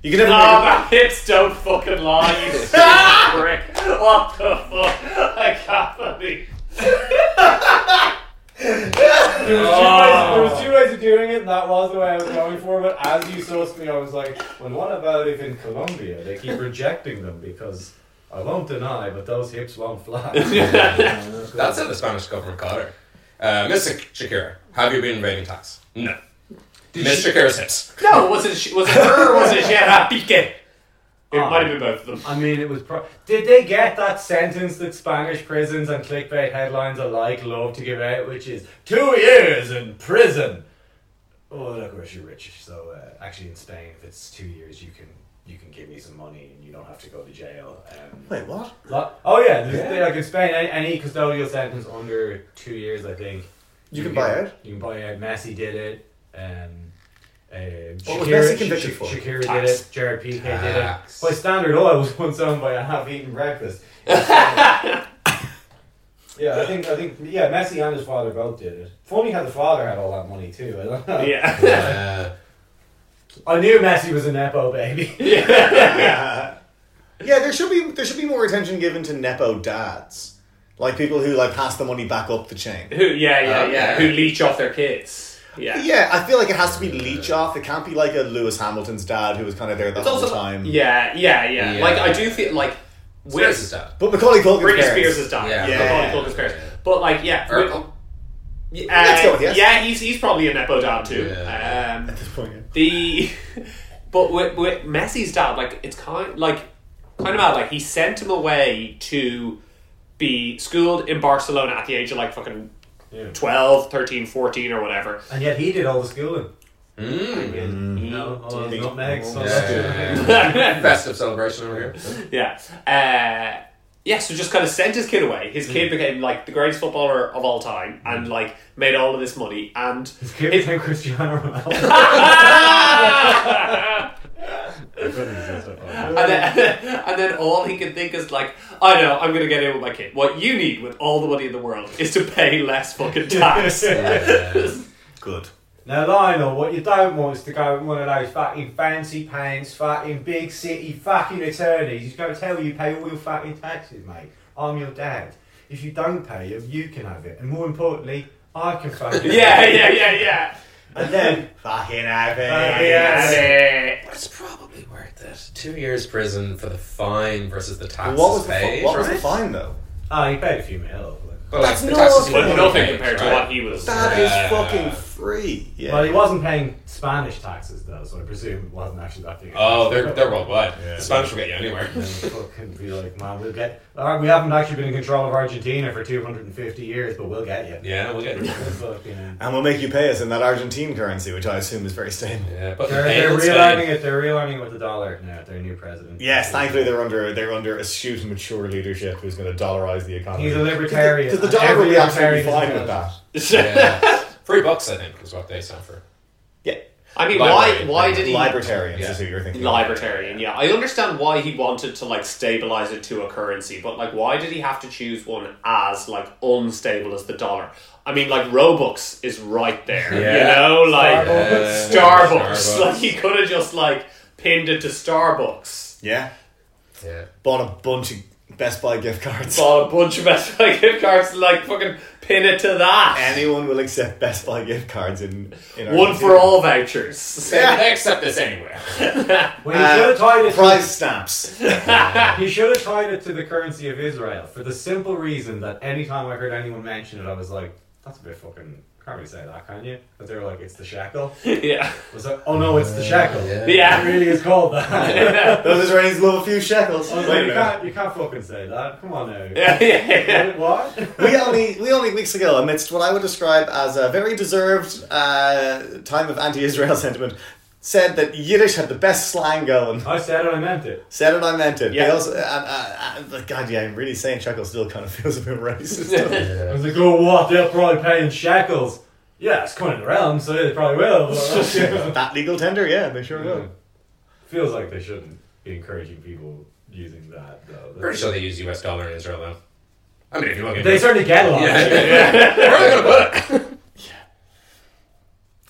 Speaker 3: you can never
Speaker 2: Oh,
Speaker 3: make
Speaker 2: my hips don't fucking lie, you stupid prick. What the fuck? I can't believe.
Speaker 4: There was, two ways, there was two ways of doing it, and that was the way I was going for. But as you sourced me, I was like, "Well, what about if in Colombia they keep rejecting them because I won't deny, but those hips won't fly."
Speaker 1: That's how the Spanish government caught her. Uh, Mr. Shakira, have you been invading tax? No. Miss Shakira's hips.
Speaker 2: No, was it, was it her or was it Gerard Piqué? It might have been both of them.
Speaker 4: I mean, it was. Pro- Did they get that sentence that Spanish prisons and clickbait headlines alike love to give out, which is two years in prison? Oh, look, we're actually rich. So uh, actually, in Spain, if it's two years, you can you can give me some money and you don't have to go to jail. Um,
Speaker 3: Wait, what?
Speaker 4: Lo- oh yeah, there's, like in Spain, any, any custodial sentence under two years, I think.
Speaker 3: You can buy out?
Speaker 4: You can buy out. Messi did it. Um, uh,
Speaker 3: What was
Speaker 4: Shakira-
Speaker 3: Messi convicted
Speaker 4: Sha-
Speaker 3: for?
Speaker 4: Shakira did
Speaker 2: Tax.
Speaker 4: it. Jared Piqué did it.
Speaker 1: Tax.
Speaker 4: By Standard Oil was once owned by a half-eaten breakfast. yeah, I think I think yeah, Messi and his father both did it. Funny how the father had all that money too. I don't know.
Speaker 2: Yeah.
Speaker 1: Uh,
Speaker 4: I knew Messi was a nepo baby.
Speaker 3: Yeah, there should be there should be more attention given to nepo dads, like people who like pass the money back up the chain.
Speaker 2: Who, yeah, yeah,
Speaker 1: Oh,
Speaker 2: yeah.
Speaker 1: yeah.
Speaker 2: Who leech off their kids. Yeah.
Speaker 3: Yeah, I feel like it has to be leech off. It can't be like a Lewis Hamilton's dad who was kind of there the
Speaker 2: It's
Speaker 3: whole
Speaker 2: also-
Speaker 3: time.
Speaker 2: Yeah, yeah, yeah,
Speaker 1: Yeah.
Speaker 2: Like, I do feel like.
Speaker 1: where's
Speaker 2: With
Speaker 1: his dad?
Speaker 3: but Macaulay Culkin.
Speaker 2: Britney
Speaker 3: parents-
Speaker 2: Spears has died.
Speaker 1: Yeah.
Speaker 3: Yeah.
Speaker 2: Macaulay Culkin's parents. But, like, yeah. with-
Speaker 1: Urkel?
Speaker 2: Yeah,
Speaker 3: Let's go with
Speaker 2: uh,
Speaker 3: yes.
Speaker 2: Yeah, he's he's probably a nepo dad too.
Speaker 1: Yeah.
Speaker 2: Um,
Speaker 3: At this point, yeah.
Speaker 2: the but with, with Messi's dad, like it's kind like kind of mad. Like he sent him away to be schooled in Barcelona at the age of like fucking
Speaker 9: Yeah.
Speaker 2: 12, 13, 14 or whatever.
Speaker 4: And yet he did all the schooling.
Speaker 1: Mm.
Speaker 4: No, all those nutmegs. all
Speaker 1: Yeah,
Speaker 4: that shit.
Speaker 1: yeah, yeah.
Speaker 2: yeah.
Speaker 1: Festive celebration over here.
Speaker 2: Uh, yeah, so just kind of sent his kid away. His kid became like the greatest footballer of all time and like made all of this money and
Speaker 4: His kid
Speaker 2: It-
Speaker 4: became Cristiano Ronaldo.
Speaker 2: and, then, and then all he can think is like, I know, I'm gonna get in with my kid. What you need with all the money in the world is to pay less fucking tax.
Speaker 3: Good.
Speaker 4: now, Lionel, what you don't want is to go with one of those fucking fancy pants, fucking big city fucking attorneys. He's going to tell you pay all your fucking taxes, mate. I'm your dad. If you don't pay them, you can have it. And more importantly, I can fucking have it.
Speaker 2: yeah, yeah, yeah, yeah.
Speaker 4: And then,
Speaker 3: Fucking happy.
Speaker 2: Yes.
Speaker 1: It's probably worth it. Two years prison for the fine versus the
Speaker 3: What
Speaker 1: taxes
Speaker 3: was the,
Speaker 1: paid.
Speaker 3: fi- what was the
Speaker 1: right?
Speaker 3: fine though?
Speaker 4: oh, he paid a few mil.
Speaker 1: But like, the
Speaker 3: That's
Speaker 1: taxes
Speaker 3: not-
Speaker 1: were
Speaker 2: But nothing
Speaker 1: paid,
Speaker 2: compared to
Speaker 1: right?
Speaker 2: what he was.
Speaker 3: That is
Speaker 1: Yeah.
Speaker 3: fucking free. Yeah.
Speaker 4: Well, he wasn't paying Spanish taxes though, so I presume it wasn't actually that big. a
Speaker 1: Oh,
Speaker 4: tax.
Speaker 1: they're, they're worldwide. The Spanish will get you anywhere.
Speaker 4: And fucking be like, man, we'll get. Uh, we haven't actually been in control of Argentina for 250 years, but we'll get you.
Speaker 1: yeah, we'll get you.
Speaker 4: Fucking-
Speaker 3: and we'll make you pay us in that Argentine currency, which I assume is very stable.
Speaker 1: Yeah, but
Speaker 4: They're,
Speaker 1: they
Speaker 4: they're
Speaker 1: in Spain-
Speaker 4: realigning it. They're realigning it with the dollar now. Their new president.
Speaker 3: Yes, thankfully they're under they're under astute, mature leadership who's going to dollarize the economy.
Speaker 4: He's a libertarian.
Speaker 3: Because the dollar
Speaker 4: Every
Speaker 3: will be absolutely
Speaker 4: libertarian
Speaker 3: fine
Speaker 4: is
Speaker 3: with that.
Speaker 1: Yeah. Three bucks, I think, is what they sound for.
Speaker 3: Yeah,
Speaker 2: I mean, why?
Speaker 1: Library.
Speaker 2: Why did he?
Speaker 3: libertarians
Speaker 1: Yeah.
Speaker 3: is who you're thinking. of.
Speaker 2: Libertarian, yeah. I understand why he wanted to like stabilize it to a currency, but like, why did he have to choose one as like unstable as the dollar? I mean, like Robux is right there,
Speaker 1: Yeah.
Speaker 2: you know, like
Speaker 1: Starbucks.
Speaker 2: Starbucks.
Speaker 1: Starbucks.
Speaker 2: Like he could have just like pinned it to Starbucks,
Speaker 3: Yeah,
Speaker 1: Yeah.
Speaker 3: bought a bunch of Best Buy gift cards.
Speaker 2: bought a bunch of Best Buy gift cards, and, like fucking pin it to that.
Speaker 3: Anyone will accept Best Buy gift cards in, in
Speaker 2: one
Speaker 3: Argentina.
Speaker 2: for all vouchers.
Speaker 3: Yeah.
Speaker 1: They accept this anywhere.
Speaker 4: Well, he should have tied it. to-
Speaker 3: Prize stamps.
Speaker 4: he should have tied it to the currency of Israel for the simple reason that anytime I heard anyone mention it, I was like, that's a bit fucking. Can't really say that, can you? But they were like, it's the shekel.
Speaker 2: yeah,
Speaker 4: I was like, oh no, it's the shekel.
Speaker 2: Yeah.
Speaker 4: It really is called that.
Speaker 2: yeah,
Speaker 3: Those Israelis love a few shekels.
Speaker 4: I was
Speaker 3: Wait a
Speaker 4: like, you
Speaker 3: minute.
Speaker 4: can't, you can't fucking say that. Come on now.
Speaker 2: yeah, yeah.
Speaker 4: What?
Speaker 3: we only we only weeks ago amidst what I would describe as a very deserved uh, time of anti-Israel sentiment. Said that Yiddish had the best slang going.
Speaker 4: I said it, I meant it.
Speaker 3: Said it, I meant it. They
Speaker 2: Yeah.
Speaker 3: also, and, uh, uh, God, yeah, I'm really saying Chuckle still kind of feels a bit racist. doesn't it?
Speaker 4: I was like, oh, what? They'll probably pay in shekels. Yeah, it's coming around, so they probably will. but-
Speaker 3: that legal tender, yeah, they sure will.
Speaker 4: Feels like they shouldn't be encouraging people using that, though.
Speaker 1: Pretty sure they use US dollar in Israel, though. I mean, if you look at
Speaker 4: They
Speaker 1: it.
Speaker 4: certainly get a lot.
Speaker 1: Yeah.
Speaker 4: of shit.
Speaker 1: Where are they going to put it?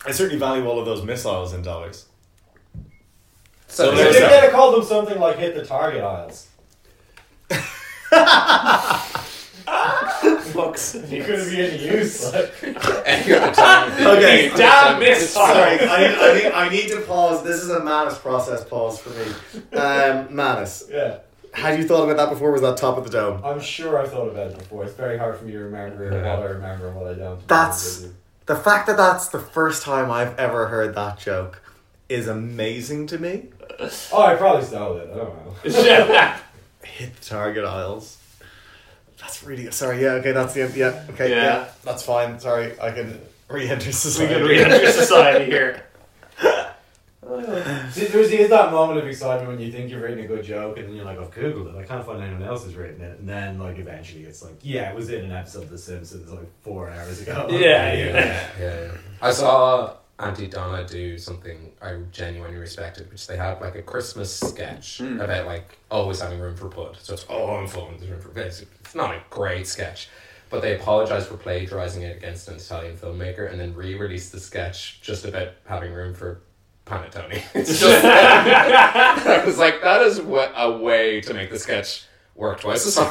Speaker 3: I certainly value all of those missiles in dollars.
Speaker 1: So
Speaker 4: If
Speaker 1: there's
Speaker 4: They
Speaker 1: a-
Speaker 4: could have called them something like hit the target aisles. It couldn't be any use. Like.
Speaker 1: and you're at the time.
Speaker 3: Okay.
Speaker 1: You're
Speaker 2: Damn
Speaker 1: at the time.
Speaker 2: miss
Speaker 3: Sorry, I, I, need, I need to pause. This is a Manus process pause for me. Um, Manus,
Speaker 4: Yeah,
Speaker 3: had you thought about that before? Was that top of the dome?
Speaker 4: I'm sure I've thought about it before. It's very hard for me to remember what I remember and what I don't.
Speaker 3: That's- The fact that that's the first time I've ever heard that joke is amazing to me.
Speaker 4: Oh, I probably stole it. I don't know.
Speaker 2: yeah.
Speaker 3: Hit the target aisles. That's really sorry. Yeah. Okay. That's the end. Yeah. Okay.
Speaker 2: Yeah.
Speaker 3: Yeah. that's fine. Sorry. I can re-enter
Speaker 2: We
Speaker 3: society.
Speaker 2: could re-enter society here.
Speaker 4: See, there's is that moment of excitement when you think you've written a good joke and then you're like, I've googled it, I can't find anyone else who's written it, and then like eventually it's like, yeah, it was in an episode of The Simpsons like four hours ago.
Speaker 2: Yeah,
Speaker 1: yeah, yeah. I saw Auntie Donna do something I genuinely respected, which they had like a Christmas sketch about like always having room for blood. So it's oh, I'm full, there's room for blood. It's not a great sketch, but they apologized for plagiarizing it against an Italian filmmaker and then re-released the sketch just about having room for panettone. It's just I was like, that is what a way to make the sketch work twice as hard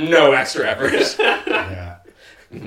Speaker 1: for no extra effort.
Speaker 3: Yeah.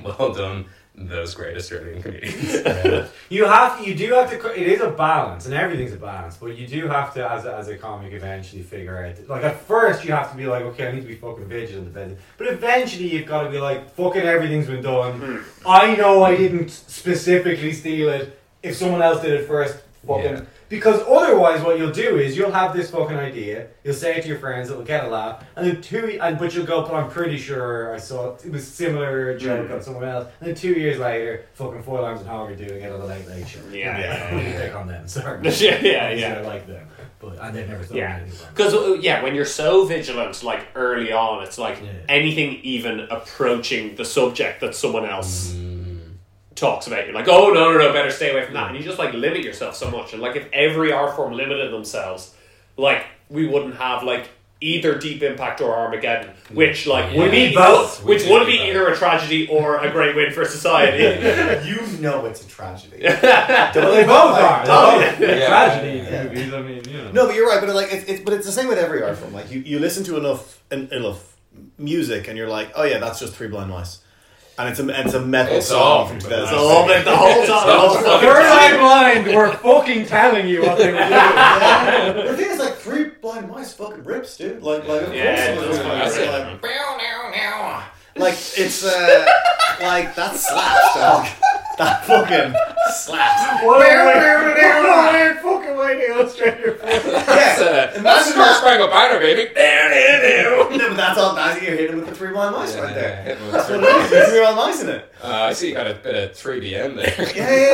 Speaker 1: Well done, those great Australian comedians.
Speaker 4: You have you do have to. co- It is a balance, and everything's a balance. But you do have to, as a, as a comic, eventually figure out. Like at first, you have to be like, okay, I need to be fucking vigilant about it. But eventually, you've got to be like, fucking everything's been done. I know I didn't specifically steal it. If someone else did it first, fucking.
Speaker 1: Yeah.
Speaker 4: Because otherwise, what you'll do is you'll have this fucking idea. You'll say it to your friends. It'll get a laugh, and then two. And but you'll go. But I'm pretty sure I saw it, it was similar joke
Speaker 2: Mm.
Speaker 4: on someone else. And then two years later, fucking Four Arms and Hog are doing it on the Late Late Show.
Speaker 2: Yeah.
Speaker 4: yeah. Pick on them. Sorry.
Speaker 2: Yeah, yeah,
Speaker 4: Obviously,
Speaker 2: yeah.
Speaker 4: I like them, but I they never thought.
Speaker 2: Yeah,
Speaker 4: of anyone.
Speaker 2: because uh, yeah, when you're so vigilant, like early on, it's like
Speaker 4: Yeah.
Speaker 2: anything even approaching the subject that someone else
Speaker 1: Mm.
Speaker 2: talks about, you're like, oh no, no, no, better stay away from that, and you just like limit yourself so much. And like if every art form limited themselves, like we wouldn't have like either Deep Impact or Armageddon, which like would
Speaker 1: We
Speaker 2: be
Speaker 1: need both. Mm.
Speaker 2: which
Speaker 1: We do
Speaker 2: would be
Speaker 1: need both.
Speaker 2: either a tragedy or a great win for society.
Speaker 3: You know it's a tragedy.
Speaker 4: Well, they both are. They're both
Speaker 1: Yeah.
Speaker 4: tragedy
Speaker 3: Yeah.
Speaker 4: movies. I mean, you know.
Speaker 3: No, but you're right. But like, it's, it's but it's the same with every art form. Like, you, you listen to enough en- enough music, and you're like, oh yeah, that's just Three Blind Mice, and it's a it's a metal
Speaker 1: It's all
Speaker 3: song from
Speaker 1: Three
Speaker 3: 2000.
Speaker 1: Blind
Speaker 2: So all the, the whole time, the whole fucking
Speaker 4: Third
Speaker 2: time.
Speaker 4: Eye Blind were fucking telling you what they were doing.
Speaker 3: Yeah. the thing is, like, Three Blind Mice fucking rips, dude. Like, like, of
Speaker 2: Yeah,
Speaker 3: course it
Speaker 2: that's
Speaker 3: was
Speaker 2: fucking
Speaker 3: like,
Speaker 2: rip.
Speaker 3: like, like, it's uh, like that slaps, dog. That fucking slaps.
Speaker 4: What a way- what a weird fucking way to illustrate your point.
Speaker 1: That's,
Speaker 3: Yeah.
Speaker 1: uh, that's the Star Spangled Banner, baby.
Speaker 3: No, but that's all. That's you're hitting with the Three Blind Mice right there.
Speaker 1: Yeah, yeah,
Speaker 3: That's what
Speaker 1: yeah.
Speaker 3: it is. It's Three Blind Mice in it.
Speaker 1: Uh, I see you got a bit of 3BM there.
Speaker 3: Yeah,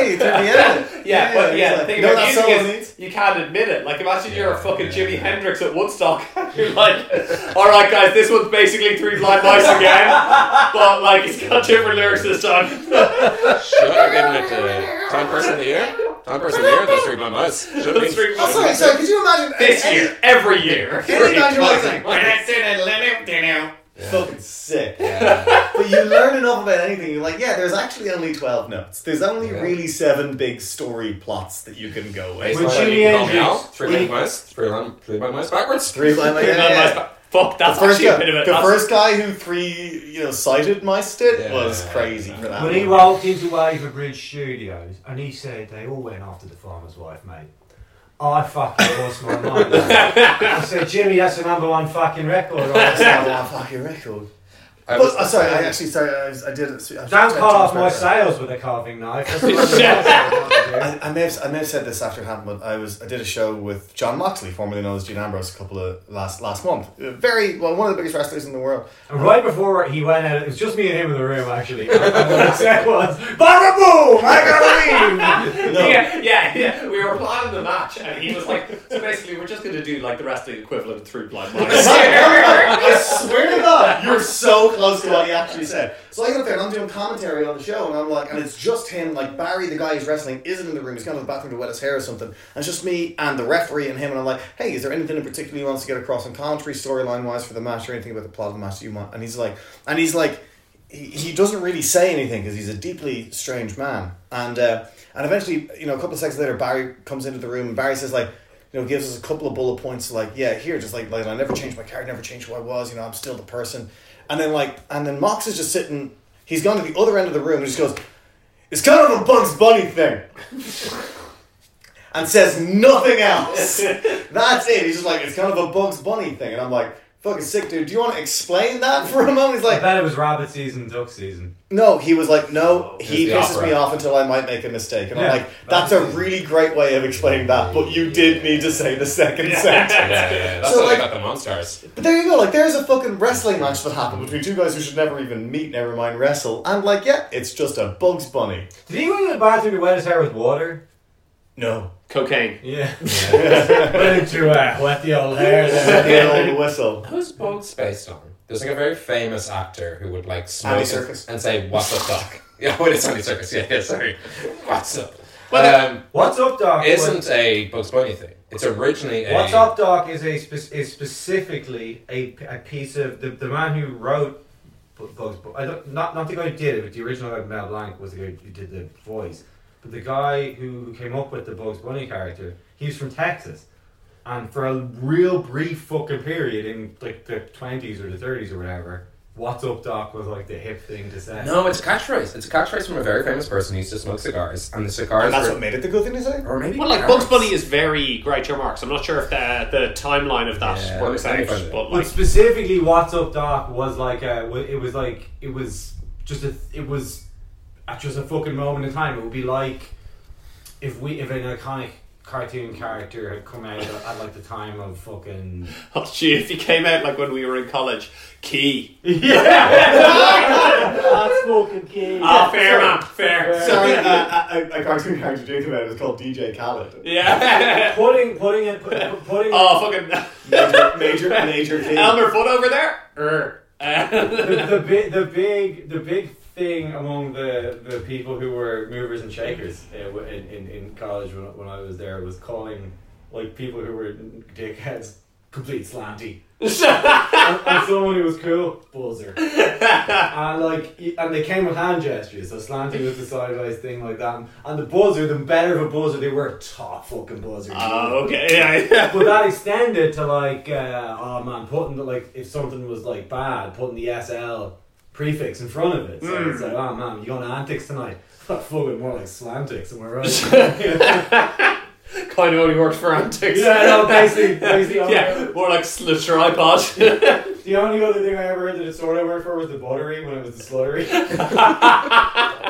Speaker 3: yeah, you turned me out.
Speaker 2: Yeah, but yeah, the thing
Speaker 3: no,
Speaker 2: about
Speaker 3: that's
Speaker 2: music
Speaker 3: all it
Speaker 2: is
Speaker 3: needs.
Speaker 2: you can't admit it. Like, imagine you're a
Speaker 1: Yeah,
Speaker 2: fucking
Speaker 1: yeah,
Speaker 2: Jimi
Speaker 1: yeah.
Speaker 2: Hendrix at Woodstock. you're like, all right, guys, this one's basically Three Blind Mice again, but like it's got different lyrics this time.
Speaker 1: Should I have given it to uh, Time Person of the Year? Time Person of the Year, those three by us. Should have
Speaker 2: Those
Speaker 1: been.
Speaker 2: three
Speaker 3: Oh, sorry, sorry, could you imagine
Speaker 2: this
Speaker 3: any-
Speaker 2: year, every year.
Speaker 3: Any nine year old's like,
Speaker 2: That's
Speaker 3: fucking sick.
Speaker 1: Yeah.
Speaker 3: But you learn enough about anything, you're like, yeah, there's actually only 12 notes. There's only
Speaker 1: Yeah.
Speaker 3: really seven big story plots that you can go with.
Speaker 4: Would
Speaker 1: Baseball,
Speaker 4: Jimi
Speaker 1: you can call me
Speaker 4: Hendrix-
Speaker 1: out. Three by mice, three by three by mice backwards.
Speaker 3: Three blind mice. yeah,
Speaker 2: Blind
Speaker 3: yeah,
Speaker 2: Mice
Speaker 3: yeah.
Speaker 2: back- Fuck,
Speaker 3: The
Speaker 2: that's
Speaker 3: first,
Speaker 2: actually a
Speaker 3: guy,
Speaker 2: bit of a
Speaker 3: the
Speaker 2: that's-
Speaker 3: first guy who three, you know, sighted mice did
Speaker 1: Yeah.
Speaker 3: was crazy for that.
Speaker 4: When he
Speaker 3: one.
Speaker 4: walked into Waver Bridge Studios and he said they all went after the farmer's wife, mate. I fucking lost my mind. I said, Jimmy, that's the number one fucking record.
Speaker 3: That's not one fucking record.
Speaker 1: I
Speaker 3: But,
Speaker 1: was-
Speaker 3: oh, sorry, I actually, sorry, I, was- I did it. I-
Speaker 4: Don't
Speaker 3: I-
Speaker 4: cut off my
Speaker 3: I-
Speaker 4: sails with a carving knife. That's what I'm saying.
Speaker 3: I, I may have I may have said this after it happened, but I was I did a show with John Moxley, formerly known as Gene Ambrose, a couple of last last month. Uh, Very well, one of the biggest wrestlers in the world.
Speaker 4: And right before he went out, it was just me and him in the room actually. And what he said was, "Bada boom! I gotta leave."
Speaker 3: No,
Speaker 2: Yeah, yeah, yeah. We were planning the match, and he was like, "So basically, we're just going to do like the wrestling equivalent of Three Blind Mice."
Speaker 3: I swear to God, you're so close to what he actually said. So I get up there and I'm doing commentary on the show, and I'm like, and it's just him, like Barry, the guy who's wrestling, isn't in the room. He's gone to the bathroom to wet his hair or something. And it's just me and the referee and him, and I'm like, hey, is there anything in particular you want us to get across on commentary, storyline wise, for the match, or anything about the plot of the match that you want? And he's like, and he's like, he, he doesn't really say anything because he's a deeply strange man. And uh, and eventually, you know, a couple of seconds later, Barry comes into the room, and Barry says like you know, gives us a couple of bullet points, like, yeah, here, just like, like I never changed my character, never changed who I was, you know, I'm still the person. And then, like, and then Mox is just sitting, he's gone to the other end of the room and just goes, it's kind of a Bugs Bunny thing. and says nothing else. That's it. He's just like, it's kind of a Bugs Bunny thing. And I'm like, fucking sick, dude. Do you want to explain that for a moment? He's
Speaker 4: I
Speaker 3: like,
Speaker 4: bet it was rabbit season, duck season.
Speaker 3: no, he was like, no, he
Speaker 1: the
Speaker 3: pisses
Speaker 1: opera.
Speaker 3: me off until I might make a mistake. And
Speaker 4: Yeah.
Speaker 3: I'm like, that's a really great way of explaining that, but you did need to say the second sentence.
Speaker 1: Yeah, yeah, yeah. That's how
Speaker 3: So,
Speaker 1: they
Speaker 3: like-
Speaker 1: got the Monstars.
Speaker 3: But there you go, like there's a fucking wrestling match that happened between two guys who should never even meet, never mind wrestle, and like yeah, it's just a Bugs Bunny.
Speaker 4: Did he go to the bathroom to wet his hair with water?
Speaker 3: No.
Speaker 2: Cocaine.
Speaker 4: Yeah. Went into uh, wet the old hair. There.
Speaker 3: the old whistle.
Speaker 1: Who's Bugs based on? There's like a very famous actor who would like smoke
Speaker 3: Andy
Speaker 1: and-
Speaker 3: Serkis.
Speaker 1: and say, "What's up, Doc?" Yeah, what is Andy Circus? Yeah, yeah, sorry. What's up?
Speaker 2: Well,
Speaker 1: um,
Speaker 4: What's up, Doc?
Speaker 1: isn't a Bugs Bunny thing. It's originally a.
Speaker 4: What's up, Doc? Is a spe- is specifically a, p- a piece of the, the man who wrote Bu- Bugs. Bu- I don't not not the guy who did it, but the original guy Mel Blanc was the guy who did the voice. But the guy who came up with the Bugs Bunny character, he was from Texas, and for a real brief fucking period in like the twenties or the thirties or whatever, "What's up, Doc?" was like the hip thing to say.
Speaker 1: No, it's a catchphrase. It's a catchphrase from a very famous person who used to smoke cigars, and the cigars.
Speaker 3: That's
Speaker 1: were,
Speaker 3: what made it the good thing to say.
Speaker 1: or maybe
Speaker 2: Well, like
Speaker 1: carrots.
Speaker 2: Bugs Bunny is very Groucho Marx. I'm not sure if the the timeline of that
Speaker 1: Yeah,
Speaker 2: works
Speaker 1: let me
Speaker 2: out,
Speaker 1: find it.
Speaker 2: but
Speaker 4: But
Speaker 2: like,
Speaker 4: specifically, "What's Up, Doc" was like a. wa- It was like it was just a. It was at just a fucking moment in time. It would be like if we if an iconic cartoon character had come out at, at like the time of fucking.
Speaker 2: Oh, gee, if he came out like when we were in college, key.
Speaker 4: That's fucking key.
Speaker 2: Ah, fair man, fair.
Speaker 3: Sorry, uh, a, a, a cartoon character doing come out is called DJ Khaled.
Speaker 2: Yeah.
Speaker 4: Putting, putting it, put- putting.
Speaker 2: oh, fucking
Speaker 3: Major, major, major key.
Speaker 2: Elmer Fudd over there. Er.
Speaker 4: the,
Speaker 2: Uh,
Speaker 4: the big, the big, the big thing among the, the people who were movers and shakers uh, w- in, in, in college when, when I was there was calling like people who were dickheads complete slanty. and, and someone who was cool, buzzer. and like, y- and they came with hand gestures. So slanty was the sideways thing like that. And, and the buzzer, the better of a buzzer, they were top fucking buzzer.
Speaker 2: oh, okay. Yeah, yeah.
Speaker 4: But that extended to like, uh, oh man, putting the, like if something was like bad, putting the SL prefix in front of it. So it's
Speaker 1: Mm.
Speaker 4: like, oh man, you going to antics tonight? Fucking more like slantics, am I right?
Speaker 2: Kind of only works for antics.
Speaker 4: yeah, no, basically, basically, I'm-
Speaker 2: Yeah, more like slit tripod.
Speaker 4: The only other thing I ever heard that it sort of worked for was the buttery when it was the sluttery.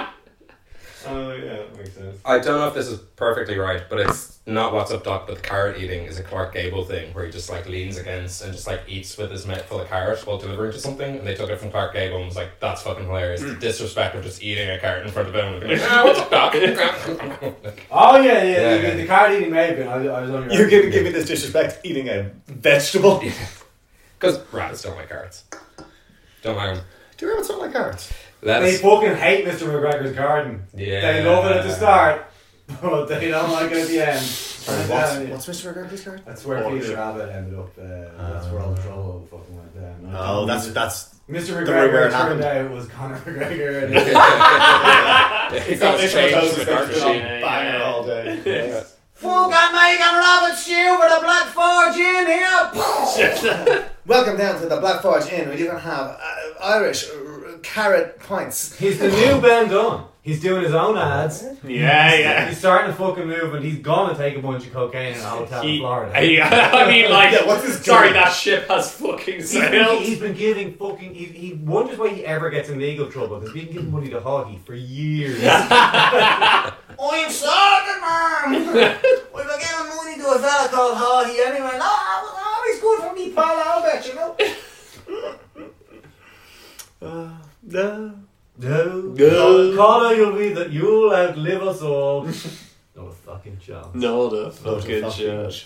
Speaker 4: Oh yeah, that makes sense.
Speaker 1: I don't know if this is perfectly right, but it's not What's Up Doc, but the carrot eating is a Clark Gable thing where he just like leans against and just like eats with his mouth full of carrot while delivering to something. And they took it from Clark Gable and was like, that's fucking hilarious. The disrespect of just eating a carrot in front of him. And being like, ah, What's Up Doc?
Speaker 4: Oh yeah, yeah,
Speaker 1: Yeah,
Speaker 4: the,
Speaker 1: yeah.
Speaker 4: the card eating may have been. I, I was on your.
Speaker 3: You're gonna give me this disrespect eating a vegetable.
Speaker 1: Because rats don't like carrots. Don't like them.
Speaker 3: Do rabbits not like carrots?
Speaker 4: They
Speaker 1: That's.
Speaker 4: fucking hate Mr. McGregor's garden.
Speaker 1: Yeah.
Speaker 4: They love it at the start, but they don't like it at the end.
Speaker 3: Sorry,
Speaker 4: And,
Speaker 3: what's,
Speaker 4: um,
Speaker 3: what's Mr. McGregor's card?
Speaker 4: that's where
Speaker 3: Oh,
Speaker 4: Peter
Speaker 3: shit.
Speaker 4: Rabbit ended up. Uh, that's where all the trouble fucking went down.
Speaker 3: Oh, that's that's
Speaker 4: Mr.
Speaker 3: the room where
Speaker 4: McGregor
Speaker 3: it
Speaker 4: turned
Speaker 3: happened.
Speaker 4: out was Conor McGregor. And it-
Speaker 1: It's
Speaker 3: Got
Speaker 1: strange
Speaker 3: strange
Speaker 1: with
Speaker 3: with
Speaker 1: dark
Speaker 3: our shit.
Speaker 1: machine.
Speaker 2: yeah,
Speaker 3: Banging
Speaker 2: yeah.
Speaker 3: all day. Yeah.
Speaker 4: Fuck, I'm making Robert Stew with a Black Forge in here.
Speaker 3: Welcome down to the Black Forge Inn. We're gonna have uh, Irish uh, carrot pints.
Speaker 4: He's the new Ben Dunn. He's doing his own ads.
Speaker 2: yeah,
Speaker 4: He's starting to fucking move, and he's gonna take a bunch of cocaine in a hotel
Speaker 2: yeah.
Speaker 4: in
Speaker 2: He,
Speaker 4: Florida.
Speaker 2: yeah, I mean, like,
Speaker 3: Yeah, what's his
Speaker 2: sorry,
Speaker 3: deal?
Speaker 2: that ship has fucking
Speaker 4: He's been,
Speaker 2: sailed.
Speaker 4: he's been giving fucking. He, he wonders why he ever gets in legal trouble because he's been giving money to Hoggy for years.
Speaker 3: I'm sorry, Oh, man. we were giving money to a fella called Hoggy anyway. No, I was always good for me, pal. I'll bet you know.
Speaker 2: No.
Speaker 4: no,
Speaker 2: No.
Speaker 4: Connor, you'll be that you'll outlive us all. Not a fucking chance.
Speaker 2: Not a fucking shit.
Speaker 3: chance.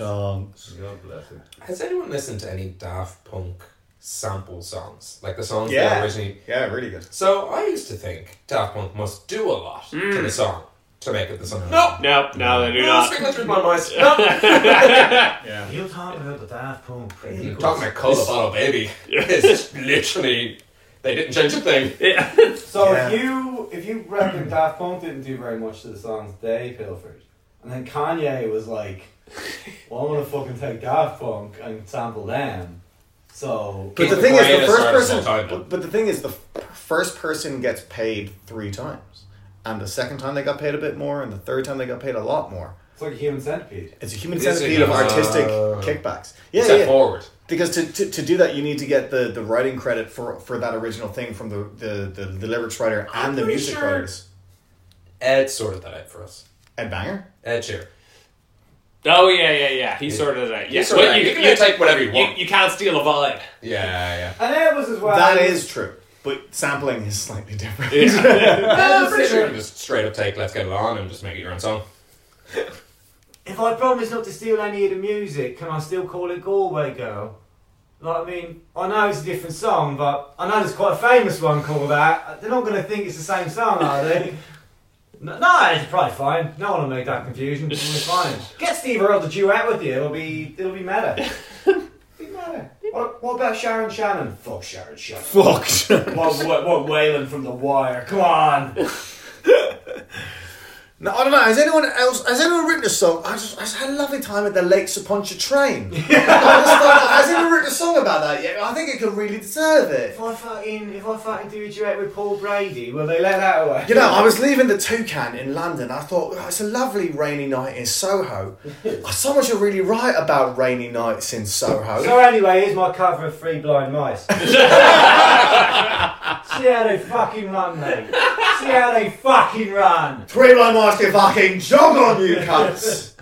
Speaker 4: God bless him.
Speaker 1: Has anyone listened to any Daft Punk sample songs? Like the songs
Speaker 3: Yeah.
Speaker 1: they originally
Speaker 3: Yeah, really good.
Speaker 1: So I used to think Daft Punk must do a lot to the song to make it the song. No,
Speaker 2: No, no, they do
Speaker 1: no,
Speaker 2: not.
Speaker 1: speak with my mice. No,
Speaker 4: You'll talk about the Daft Punk.
Speaker 1: I'm talking about Cola Bottle Baby. It's literally they didn't change a thing.
Speaker 2: Yeah.
Speaker 4: So
Speaker 3: Yeah.
Speaker 4: if you if you reckon Daft Punk didn't do very much to the songs they pilfered, and then Kanye was like, "Well, I want to fucking take Daft Punk and sample them," so
Speaker 3: But
Speaker 1: He's
Speaker 3: the thing is, the
Speaker 1: greatest
Speaker 3: first
Speaker 1: artist of all time.
Speaker 3: person. But, but the thing is, the f- first person gets paid three times, and the second time they got paid a bit more, and the third time they got paid a lot more.
Speaker 4: it's like a human centipede.
Speaker 3: It's a human
Speaker 1: Is it
Speaker 3: centipede of
Speaker 1: not?
Speaker 3: artistic kickbacks. Yeah,
Speaker 1: Step
Speaker 3: yeah.
Speaker 1: forward.
Speaker 3: Because to, to, to do that, you need to get the, the writing credit for, for that original thing from the, the, the, the lyrics writer and the
Speaker 1: pretty
Speaker 3: music
Speaker 1: sure-
Speaker 3: writers.
Speaker 1: Ed sorted that out for us.
Speaker 3: Ed Banger?
Speaker 1: Ed Sheeran.
Speaker 2: Oh yeah, yeah, yeah. He sorted it out.
Speaker 1: He
Speaker 2: Yeah,
Speaker 1: sorted it
Speaker 2: well,
Speaker 1: out.
Speaker 2: you,
Speaker 1: You can take whatever you
Speaker 2: you,
Speaker 1: want.
Speaker 2: You can't steal a vibe.
Speaker 1: Yeah,
Speaker 4: And that was as well.
Speaker 3: that is true. But sampling is slightly different.
Speaker 1: yeah.
Speaker 4: That
Speaker 1: I'm
Speaker 4: was
Speaker 1: pretty
Speaker 4: as-
Speaker 1: sure you can just straight up take "Let's Get It On" and just make it your own song.
Speaker 4: If I promise not to steal any of the music, can I still call it Galway Girl? Like, I mean, I know it's a different song, but I know there's quite a famous one called that. They're not going to think it's the same song, are they? No, no, it's probably fine. No one will make that confusion. It'll be fine. Get Steve Earle to duet with you. It'll be, it'll be meta. be meta. What, what about Sharon Shannon? Fuck Sharon Shannon.
Speaker 3: Fuck.
Speaker 4: What, what, what Waylon from The Wire? Come on.
Speaker 3: No, I don't know. Has anyone else? Has anyone written a song? I just, I just had a lovely time at the Lake Saponcha train. I just thought, has anyone written a song about that yet? I think it could really deserve it.
Speaker 4: If I fucking if I fucking do a duet with Paul Brady, will they let that away?
Speaker 3: You know, I was leaving the Toucan in London. I thought "Oh, it's a lovely rainy night in Soho. Oh, Someone should really write about rainy nights in Soho.
Speaker 4: So anyway, here's my cover of Three Blind Mice. See how they fucking run, mate. See how they fucking run.
Speaker 3: Three by Mars can fucking jog on you cunts.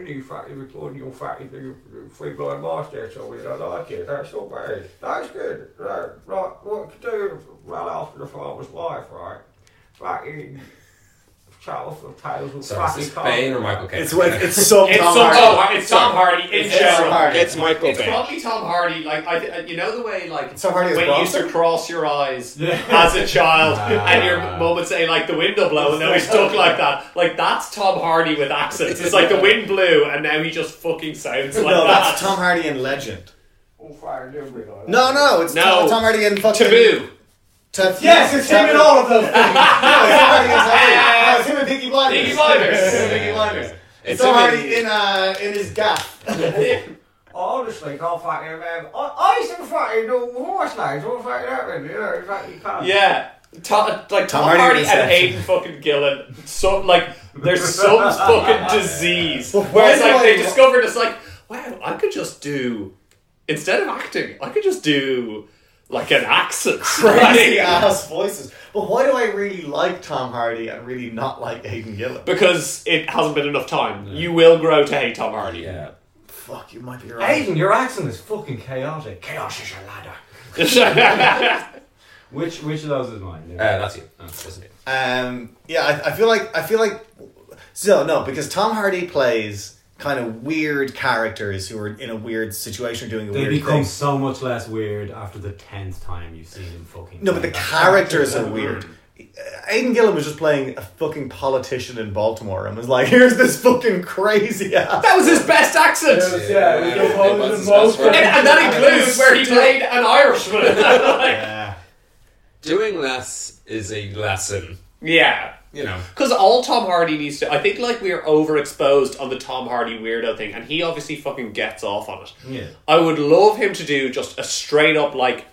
Speaker 9: really fatty McLeod, you fatty thing, free blind master, so we don't like it. That's not bad. That's good. Right, right, what to do well after the farmer's life, right? Fatty, shut off the tails of
Speaker 1: Sorry,
Speaker 9: fatty
Speaker 1: is this Bane or Michael Caine?
Speaker 3: It's when it's so
Speaker 2: It's
Speaker 3: Tom
Speaker 2: Tom,
Speaker 3: Hardy.
Speaker 2: oh, it's Tom Hardy in
Speaker 3: It's Tom
Speaker 2: general.
Speaker 3: Hardy.
Speaker 1: It's Michael
Speaker 2: It's
Speaker 1: Bay.
Speaker 2: probably Tom Hardy. Like I, th- you know the way like
Speaker 3: Tom Hardy as
Speaker 2: when you used to
Speaker 3: Bronson?
Speaker 2: cross your eyes as a child, and your mum would say like the wind will blow, and now he's stuck like that. Like that's Tom Hardy with accents. It's like the wind blew, and now he just fucking sounds like
Speaker 3: No,
Speaker 2: that.
Speaker 3: that's Tom Hardy in Legend.
Speaker 9: All fatty do we like
Speaker 3: No, no, it's
Speaker 2: No.
Speaker 3: Tom, Tom Hardy in fucking
Speaker 2: Taboo.
Speaker 3: Ta-
Speaker 4: Yes, it's him in all of those things.
Speaker 3: No, it's Tom Hardy in Zombie. No, it's him in Peaky Blinders.
Speaker 2: Peaky Blinders.
Speaker 3: It's him in Peaky Blinders.
Speaker 1: It's
Speaker 3: It's Tom
Speaker 1: him in-
Speaker 3: Hardy in uh in his gaff.
Speaker 9: Honestly, can't fucking remember. I, I used to fucking do horse names, all fucking happened, you know, it's like you can't.
Speaker 2: Yeah. Tom, like Tom,
Speaker 3: Tom Hardy
Speaker 2: Hardy,
Speaker 3: is
Speaker 2: and
Speaker 3: Asian.
Speaker 2: Aiden fucking Gillen, so like there's some fucking disease
Speaker 3: Well,
Speaker 2: where it's
Speaker 3: why do
Speaker 2: like they
Speaker 3: I-
Speaker 2: discovered it's like wow I could just do instead of acting I could just do like an accent
Speaker 3: Crazy
Speaker 2: right?
Speaker 3: ass voices. But why do I really like Tom Hardy and really not like Aiden Gillen?
Speaker 2: because it hasn't been enough time you will grow to hate Tom Hardy
Speaker 1: Yeah.
Speaker 3: Fuck, you might be right.
Speaker 4: Aiden, your accent is fucking chaotic. Chaos is a ladder. Which which of those is mine?
Speaker 1: Uh, that's you. That's it.
Speaker 3: Um, yeah, I, I feel like I feel like so no because Tom Hardy plays kind of weird characters who are in a weird situation doing a
Speaker 4: They
Speaker 3: weird
Speaker 4: become
Speaker 3: thing.
Speaker 4: so much less weird after the tenth time you've seen them fucking.
Speaker 3: No, but the
Speaker 4: play that.
Speaker 3: characters are weird. Aiden Gillen was just playing a fucking politician in Baltimore and was like, "Here's this fucking crazy ass."
Speaker 2: that was his best accent
Speaker 9: Yeah, yeah,
Speaker 1: Yeah,
Speaker 9: we
Speaker 1: yeah,
Speaker 9: go home to
Speaker 1: yeah, that's-
Speaker 9: the most.
Speaker 1: that's
Speaker 2: and, and that includes where he played an Irishman Like,
Speaker 3: Yeah.
Speaker 1: Doing less is a lesson.
Speaker 2: yeah
Speaker 1: You know.
Speaker 2: Because all Tom Hardy needs to, I think, like we are overexposed on the Tom Hardy weirdo thing, and he obviously fucking gets off on it.
Speaker 4: Yeah.
Speaker 2: I would love him to do just a straight up like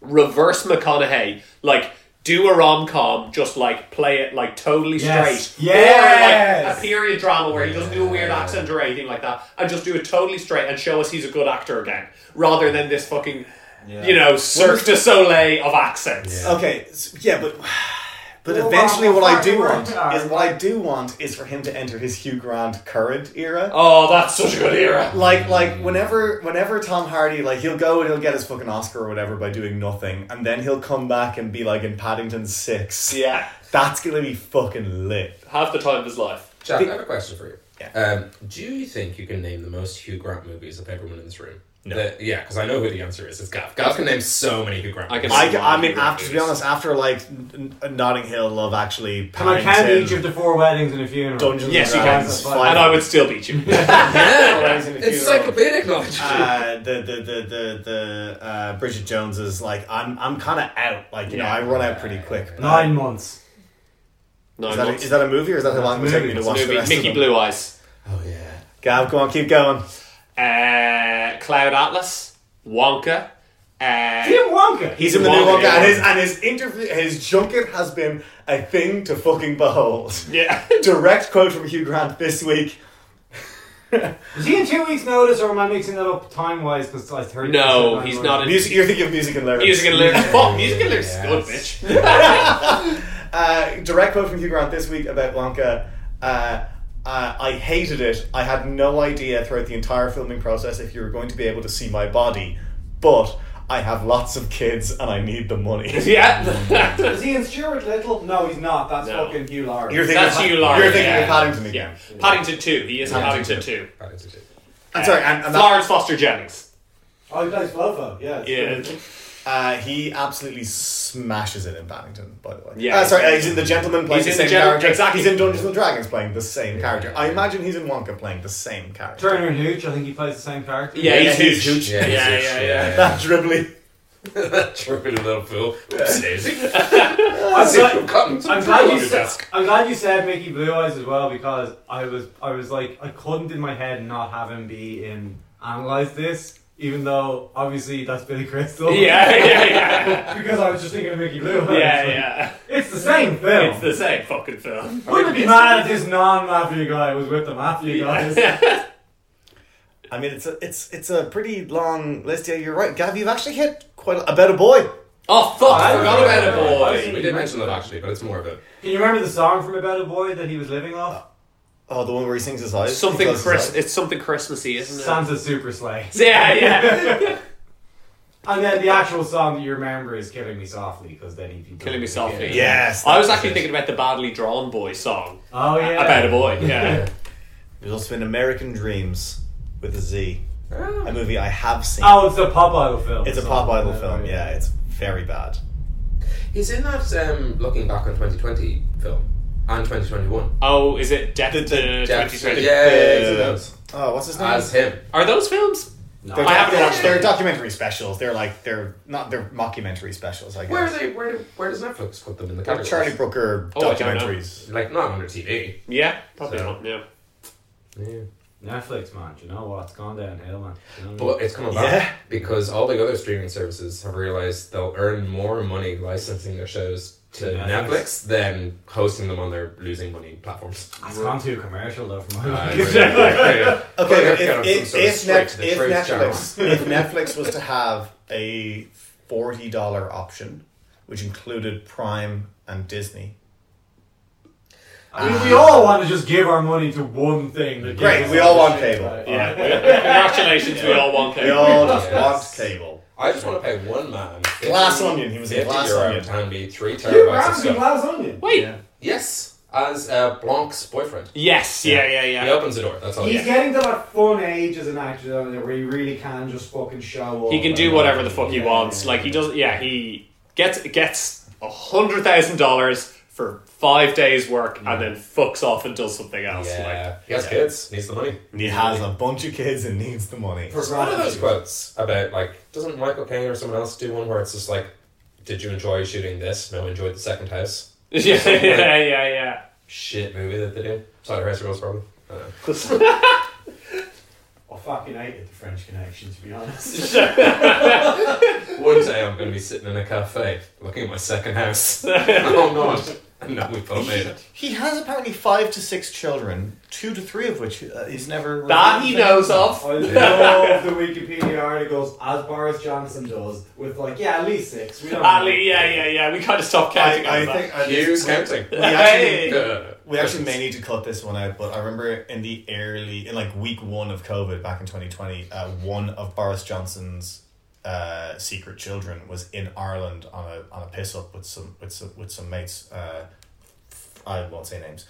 Speaker 2: reverse McConaughey, like do a rom com, just like play it like totally
Speaker 4: Yes.
Speaker 2: straight, or like
Speaker 4: Yes.
Speaker 2: a period drama where he doesn't do a weird accent or anything like that, and just do it totally straight and show us he's a good actor again, rather than this fucking. You know, Cirque du Soleil of accents.
Speaker 3: Okay. s- Yeah, but but
Speaker 9: Well,
Speaker 3: eventually,
Speaker 9: well,
Speaker 3: what I
Speaker 9: fuck,
Speaker 3: do
Speaker 9: we're
Speaker 3: want
Speaker 9: not.
Speaker 3: is what I do want is for him to enter his Hugh Grant current era.
Speaker 2: Oh, that's such a good era.
Speaker 3: Like like whenever whenever Tom Hardy like he'll go and he'll get his fucking Oscar or whatever by doing nothing, and then he'll come back and be like in Paddington Six.
Speaker 2: Yeah,
Speaker 3: That's gonna be fucking lit.
Speaker 2: half the time of his life.
Speaker 1: Jack, I have a question for you.
Speaker 3: Yeah.
Speaker 1: Um, do you think you can name the most Hugh Grant movies of everyone in this room? No. yeah, because I know who the answer is. It's Gav. Gav can name so many Hugh Grant.
Speaker 2: I can-
Speaker 1: movies.
Speaker 3: I,
Speaker 2: Some
Speaker 3: I mean,
Speaker 1: Hugh Grant
Speaker 3: after to be
Speaker 1: movies.
Speaker 3: honest, after like N- N- Notting Hill, Love Actually,
Speaker 4: Can I count
Speaker 3: Paddington,
Speaker 4: each of the four weddings and a funeral?
Speaker 3: Dungeons
Speaker 2: Yes, you
Speaker 3: and
Speaker 2: can.
Speaker 3: Dragons,
Speaker 2: And I would still beat you.
Speaker 1: Yeah,
Speaker 3: Rise in the
Speaker 1: it's
Speaker 3: funeral.
Speaker 1: psychopathic knowledge.
Speaker 3: Uh, the the the the, the uh, Bridget Jones is like I'm I'm kind of out. Like you know,
Speaker 2: Yeah.
Speaker 3: I run out pretty quick.
Speaker 4: Nine months.
Speaker 2: No,
Speaker 3: Is that, a, is that a movie or is that how long it would take me to
Speaker 4: It's
Speaker 3: watch the
Speaker 2: movie
Speaker 3: rest
Speaker 2: Mickey
Speaker 3: of them?
Speaker 2: Blue Eyes,
Speaker 1: oh yeah.
Speaker 3: Gav, go on, keep going.
Speaker 2: uh, Cloud Atlas, Wonka. Uh,
Speaker 4: Jim Wonka.
Speaker 3: He's in the
Speaker 2: Wonka,
Speaker 3: new one,
Speaker 2: yeah.
Speaker 3: and his and his interview, his junket has been a thing to fucking behold.
Speaker 2: yeah,
Speaker 3: Direct quote from Hugh Grant this week.
Speaker 4: Is he in two weeks' notice, or am I mixing that up time wise? Because I heard.
Speaker 2: No, he's not in-
Speaker 3: Music, you're thinking of music and lyrics.
Speaker 2: music and lyrics. Fuck, music and lyrics is good,
Speaker 1: Yes.
Speaker 2: bitch.
Speaker 3: Uh, direct quote from Hugh Grant this week about Wonka. Uh, uh, I hated it. I had no idea throughout the entire filming process if you were going to be able to see my body, but I have lots of kids and I need the money.
Speaker 2: yeah,
Speaker 4: Is he in Stuart Little? No, he's not. That's
Speaker 2: No.
Speaker 4: fucking Hugh Laurie.
Speaker 3: You're thinking
Speaker 2: that's
Speaker 3: of,
Speaker 2: Hugh Laurie.
Speaker 3: You're thinking
Speaker 2: yeah.
Speaker 3: of Paddington again.
Speaker 2: Yeah, Paddington Two. He is in
Speaker 1: Paddington
Speaker 2: Paddington Two.
Speaker 1: Paddington two.
Speaker 3: I'm sorry. And, and that-
Speaker 2: Florence Foster Jennings.
Speaker 4: oh, he plays Fluffo. Yeah.
Speaker 2: Yeah,
Speaker 3: uh, he absolutely smashes it in Paddington. By the way,
Speaker 2: Yeah.
Speaker 3: Uh, sorry, uh, he's in the gentleman playing
Speaker 2: He's in
Speaker 3: the
Speaker 2: The
Speaker 3: same
Speaker 2: Gen-
Speaker 3: character.
Speaker 2: exactly.
Speaker 3: He's in Dungeons and Dragons playing the same character. I imagine he's in Wonka playing the same character.
Speaker 4: Turner and Hooch. I think he plays the same character.
Speaker 2: yeah,
Speaker 3: Yeah,
Speaker 2: he's
Speaker 3: he's
Speaker 2: huge.
Speaker 3: huge.
Speaker 2: Yeah, yeah, yeah.
Speaker 3: That dribbly.
Speaker 1: Tripping a little fool. Oops, Daisy.
Speaker 4: I'm glad, I'm glad you
Speaker 1: your
Speaker 4: said.
Speaker 1: desk.
Speaker 4: I'm glad you said Mickey Blue Eyes as well because I was I was like I couldn't in my head not have him be in analyze this even though obviously that's Billy Crystal.
Speaker 2: Yeah, yeah, yeah.
Speaker 4: because I was just thinking of Mickey Blue Eyes.
Speaker 2: Yeah,
Speaker 4: Like,
Speaker 2: yeah.
Speaker 4: It's the same film.
Speaker 2: It's the same fucking film.
Speaker 4: Wouldn't be mad if this non-mafia guy was with the mafia guys.
Speaker 3: I mean, it's a it's it's a pretty long list. Yeah, you're right, Gav. You've actually hit quite a, about a boy.
Speaker 2: Oh fuck! I forgot
Speaker 1: Oh,
Speaker 2: about it, boy.
Speaker 1: We did mention that actually, but it's more of a.
Speaker 4: Can you remember the song from About a Boy that he was living off?
Speaker 3: Oh, the one where he sings his eyes.
Speaker 2: Something
Speaker 3: He closes his
Speaker 2: Chris.
Speaker 3: eyes.
Speaker 2: It's something Christmassy, isn't it?
Speaker 4: Santa Super Sleigh.
Speaker 2: yeah, yeah.
Speaker 4: And then the actual song that you remember is Killing Me Softly, because then if you don't-
Speaker 2: Killing me softly.
Speaker 3: Yes,
Speaker 2: I was
Speaker 3: that's
Speaker 2: actually
Speaker 3: it.
Speaker 2: thinking about the badly drawn boy song
Speaker 4: Oh yeah.
Speaker 2: about a boy. Yeah.
Speaker 3: There's also been American Dreams with a Z, a
Speaker 1: Ah.
Speaker 3: movie I have seen.
Speaker 4: Oh, it's a pop idol film.
Speaker 3: it's a
Speaker 4: song.
Speaker 3: pop idol
Speaker 4: Yeah,
Speaker 3: film.
Speaker 4: right.
Speaker 3: Oh, Yeah, it's very bad.
Speaker 1: He's in that um, looking back on 2020 film and 2021.
Speaker 2: Oh, is it Death
Speaker 3: The-
Speaker 2: to
Speaker 3: the-
Speaker 1: Jeff-
Speaker 2: 2020?
Speaker 1: yeah, yeah, yeah,
Speaker 3: Uh,
Speaker 1: so
Speaker 3: oh, what's his name?
Speaker 1: as him.
Speaker 2: Are those films?
Speaker 1: No.
Speaker 3: They're,
Speaker 2: I haven't
Speaker 3: they're-
Speaker 2: watched
Speaker 3: They're
Speaker 2: it.
Speaker 3: documentary specials. They're like they're not they're mockumentary specials. I guess.
Speaker 1: Where are they? Where, do- where does Netflix put them in the
Speaker 3: They're
Speaker 1: categories?
Speaker 3: Charlie Brooker
Speaker 2: Oh, I don't know.
Speaker 3: documentaries.
Speaker 1: Like not on their TV.
Speaker 2: Yeah, probably
Speaker 1: So-
Speaker 2: not. Yeah.
Speaker 1: Yeah.
Speaker 4: Netflix, man. Do you know what? It's gone downhill, man. Do you know what I mean?
Speaker 1: But it's coming back
Speaker 3: Yeah.
Speaker 1: because all the other streaming services have realized they'll earn more money licensing their shows to
Speaker 4: Yeah.
Speaker 1: Netflix than hosting them on their losing money platforms.
Speaker 4: It's gone too commercial though for my
Speaker 1: Uh,
Speaker 4: liking.
Speaker 1: okay,
Speaker 3: Okay, if, if, if, Net- if Netflix if Netflix was to have a forty dollar option, which included Prime and Disney,
Speaker 4: I mean, we all want to just give our money to one thing. That gives
Speaker 3: Great,
Speaker 4: us
Speaker 3: we all
Speaker 4: the
Speaker 3: want
Speaker 4: shit,
Speaker 3: cable.
Speaker 4: right?
Speaker 2: Yeah. Congratulations, we all want
Speaker 3: we
Speaker 2: cable.
Speaker 3: all just
Speaker 1: Yes.
Speaker 3: want cable.
Speaker 1: I just want to pay one man
Speaker 3: Glass onion. He was a
Speaker 1: 50
Speaker 3: glass
Speaker 1: euro
Speaker 3: onion.
Speaker 1: and me three
Speaker 4: You were
Speaker 1: terabytes of
Speaker 4: asking
Speaker 1: stuff.
Speaker 4: Glass Onion.
Speaker 2: Wait.
Speaker 1: Yes, as uh, Blanc's boyfriend.
Speaker 2: Yes. Yeah. Yeah. Oh, Yeah.
Speaker 1: He opens the door. That's all.
Speaker 4: He's
Speaker 1: Yeah.
Speaker 4: getting to that fun age as an actor though, where he really can just fucking show up.
Speaker 2: He can do
Speaker 4: and,
Speaker 2: whatever the fuck he
Speaker 4: yeah,
Speaker 2: wants.
Speaker 4: yeah.
Speaker 2: Like he does. Yeah. He gets gets a hundred thousand dollars for five days' work and then fucks off and does something else.
Speaker 1: Yeah. He has kids. Needs the money.
Speaker 3: He has a bunch of kids and needs the money.
Speaker 4: For
Speaker 1: It's one of those
Speaker 4: gratitude.
Speaker 1: quotes about like doesn't Michael Caine or someone else do one where it's just like, "Did you enjoy shooting this? No, enjoyed the second house."
Speaker 2: Like, yeah. Yeah. Yeah. Yeah.
Speaker 1: Shit movie that they do. Sorry, High School's problem. I don't know.
Speaker 4: I fucking hated the French Connection to be honest.
Speaker 1: One day I'm going to be sitting in a cafe looking at my second house. oh not. And now we've all made it.
Speaker 3: He has apparently five to six children, two to three of which uh, he's never
Speaker 2: That he
Speaker 3: revealed.
Speaker 2: knows of.
Speaker 3: Oh,
Speaker 4: I love the Wikipedia articles as Boris Johnson does with like yeah at least six. We don't
Speaker 2: Ali, yeah, yeah, yeah. We kind of stopped counting
Speaker 3: I, I
Speaker 2: on that.
Speaker 3: think I think-
Speaker 1: Hughes counting.
Speaker 3: we actually
Speaker 2: Hey.
Speaker 1: Uh,
Speaker 3: We actually may need to cut this one out, but I remember in the early, in like week one of COVID back in 2020, uh, one of Boris Johnson's uh, secret children was in Ireland on a on a piss up with some with some with some mates. Uh, I won't say names.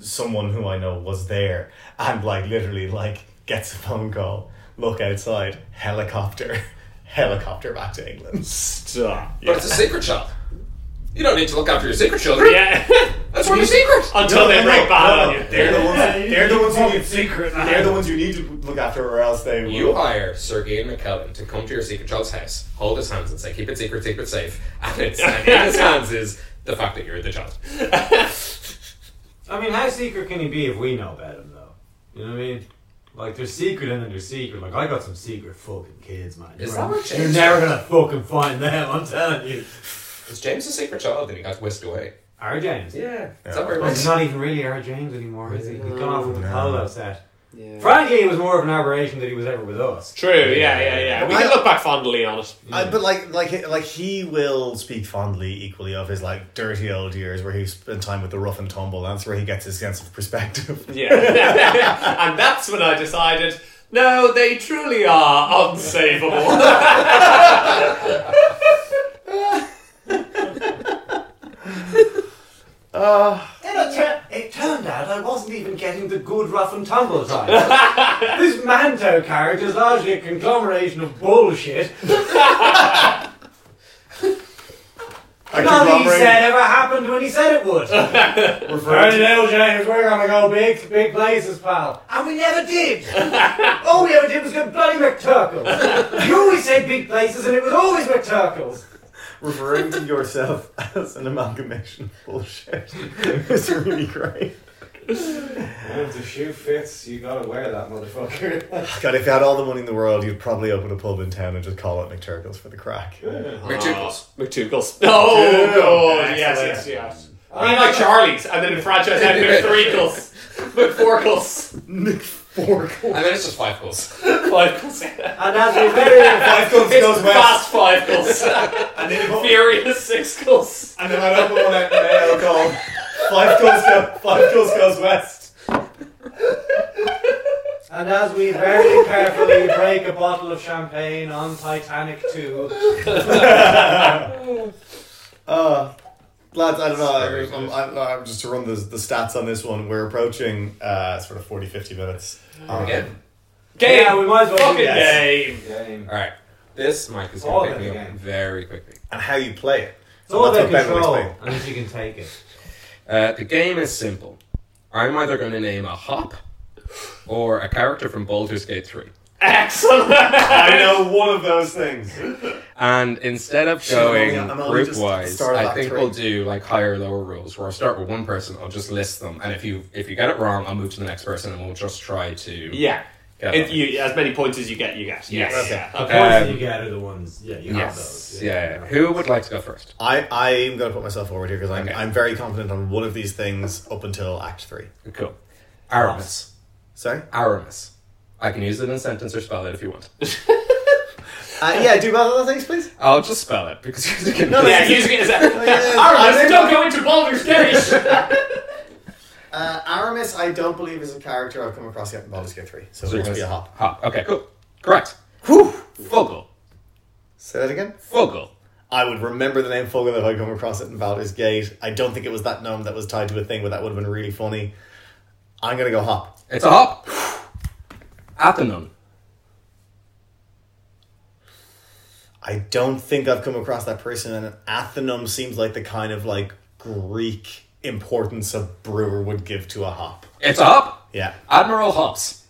Speaker 3: Someone who I know was there and like literally like gets a phone call. Look outside, helicopter, helicopter back to England.
Speaker 2: Stop.
Speaker 1: But it's a secret shop. You don't need to look after your secret children.
Speaker 2: Yeah.
Speaker 1: That's where the secret.
Speaker 2: Until
Speaker 3: No,
Speaker 2: they
Speaker 3: no,
Speaker 2: break
Speaker 3: no,
Speaker 2: bad
Speaker 3: no,
Speaker 2: on
Speaker 3: no.
Speaker 2: you.
Speaker 3: They're the ones. They're the ones who
Speaker 4: fucking
Speaker 3: need
Speaker 4: secret.
Speaker 3: They're the ones you need to look after, or else they will.
Speaker 1: You hire Sergey McKellen to come to your secret child's house, hold his hands, and say, "Keep it secret, secret safe." And it's and in his hands is the fact that you're the child.
Speaker 4: I mean, how secret can he be if we know about him, though? You know what I mean? Like, there's secret and then there's secret. Like, I got some secret fucking kids, man.
Speaker 1: Is
Speaker 4: You're-
Speaker 1: that what
Speaker 4: You're
Speaker 1: James-
Speaker 4: never gonna fucking find them, I'm telling you.
Speaker 1: Was James a secret child, and he got whisked away?
Speaker 4: Our James.
Speaker 1: Yeah, it's
Speaker 3: Yeah.
Speaker 1: not very
Speaker 4: Well, he's
Speaker 1: much.
Speaker 4: not even really our James anymore, is he? He's gone off with the
Speaker 3: No.
Speaker 4: polo set. Frankly, it was more of an aberration that he was ever with us.
Speaker 2: True. Yeah. Yeah. Yeah. We can look back fondly on it.
Speaker 3: I, but like, like, like he will speak fondly, equally of his like dirty old years where he spent time with the rough and tumble. and That's where he gets his sense of perspective.
Speaker 2: Yeah. and that's when I decided, no, they truly are unsavable.
Speaker 4: Then it, tur- it turned out I wasn't even getting the good rough and tumble time. this Manto character is largely a conglomeration of bullshit.
Speaker 3: I
Speaker 4: Nothing he said ever happened when he said it would. Very little, James. We're gonna go big, to big places, pal. And we never did. All we ever did was go bloody McTurkles. you always said big places, and it was always McTurkles.
Speaker 3: referring to yourself as an amalgamation of bullshit. It's really great.
Speaker 4: Well, if the shoe fits, you gotta wear that motherfucker.
Speaker 3: God, if you had all the money in the world, you'd probably open a pub in town and just call it McTurkles for the crack.
Speaker 1: McTurkles.
Speaker 2: McTugles. Oh,
Speaker 3: McTugles.
Speaker 2: God. Yes, yes,
Speaker 3: Excellent.
Speaker 2: yes.
Speaker 3: Uh,
Speaker 2: Be like Charlie's, and then in franchise had McThreecles, McFourcles,
Speaker 3: McForkles.
Speaker 1: And then it's just five goals.
Speaker 2: Fivecles.
Speaker 4: and as we very
Speaker 3: Five goes,
Speaker 2: It's
Speaker 3: goes west.
Speaker 2: fast Fivecles.
Speaker 3: And then you
Speaker 2: Furious Sixcles.
Speaker 3: And then I'd open one out in the mail called Five Goes, Go- Five Goes Goes West.
Speaker 4: And as we very carefully break a bottle of champagne on Titanic 2,
Speaker 3: Uh, lads, I don't know. I, I'm, I'm, I'm just to run the, the stats on this one. We're approaching uh, sort of 40, 50 minutes. Um,
Speaker 1: Again?
Speaker 2: Game.
Speaker 4: yeah, we might as well do
Speaker 2: Fucking
Speaker 4: that.
Speaker 2: game.
Speaker 4: game.
Speaker 1: Alright. This mic is
Speaker 4: All
Speaker 1: going to
Speaker 4: of
Speaker 1: pick me
Speaker 4: the
Speaker 1: up
Speaker 4: games.
Speaker 1: very quickly.
Speaker 3: And how you play it.
Speaker 4: It's all
Speaker 3: That's
Speaker 4: about
Speaker 3: what Ben will
Speaker 4: control,
Speaker 3: explain.
Speaker 4: unless you can take it.
Speaker 1: Uh, the game is simple. I'm either going to name a hop or a character from Baldur's Gate 3.
Speaker 2: Excellent.
Speaker 3: I know one of those things.
Speaker 1: And instead of
Speaker 3: Shit, I'm only-
Speaker 1: going
Speaker 3: I'm only
Speaker 1: group
Speaker 3: just
Speaker 1: wise,
Speaker 3: started
Speaker 1: I
Speaker 3: at
Speaker 1: think
Speaker 3: three.
Speaker 1: we'll do like higher lower rules where I'll start with one person, I'll just list them. And if you if you get it wrong, I'll move to the next person and we'll just try to
Speaker 2: Yeah.
Speaker 1: get
Speaker 2: If
Speaker 1: it.
Speaker 2: you, as many points as you get, you get. Yes.
Speaker 1: Yes.
Speaker 2: Yeah.
Speaker 4: The
Speaker 2: Okay.
Speaker 1: Okay.
Speaker 4: points that
Speaker 1: Um,
Speaker 4: you get are the ones. Yeah, you have
Speaker 1: Yes.
Speaker 4: those.
Speaker 1: Yeah. Who would like to go first?
Speaker 3: I, I'm going to put myself forward here because I'm,
Speaker 1: Okay.
Speaker 3: I'm very confident on one of these things up until Act 3.
Speaker 1: Cool. Aramis.
Speaker 3: Sorry?
Speaker 1: Aramis. I can use it in a sentence or spell it if you want.
Speaker 3: Uh, yeah, do both of those things, please.
Speaker 1: I'll just spell it because you can.
Speaker 3: No,
Speaker 2: Yeah,
Speaker 3: that's-
Speaker 2: using it as a.
Speaker 3: yeah,
Speaker 2: Aramis,
Speaker 3: yeah.
Speaker 2: don't go into Baldur's Gate.
Speaker 3: Uh, Aramis, I don't believe is a character I've come across yet in Baldur's Gate 3.
Speaker 1: So
Speaker 3: So, it
Speaker 1: you're gonna
Speaker 3: must be a
Speaker 1: s-
Speaker 3: hop.
Speaker 1: Hop. Okay. Cool. Correct.
Speaker 3: Whew!
Speaker 1: Fogel.
Speaker 3: Say that again.
Speaker 1: Fogel.
Speaker 3: I would remember the name Fogel if I come across it in Baldur's Gate. I don't think it was that gnome that was tied to a thing, but that would have been really funny. I'm going to go hop.
Speaker 1: It's a hop. Athanon.
Speaker 3: I don't think I've come across that person, and an athenum seems like the kind of like Greek importance a brewer would give to a hop.
Speaker 1: It's a hop.
Speaker 3: Yeah.
Speaker 1: Admiral Hops.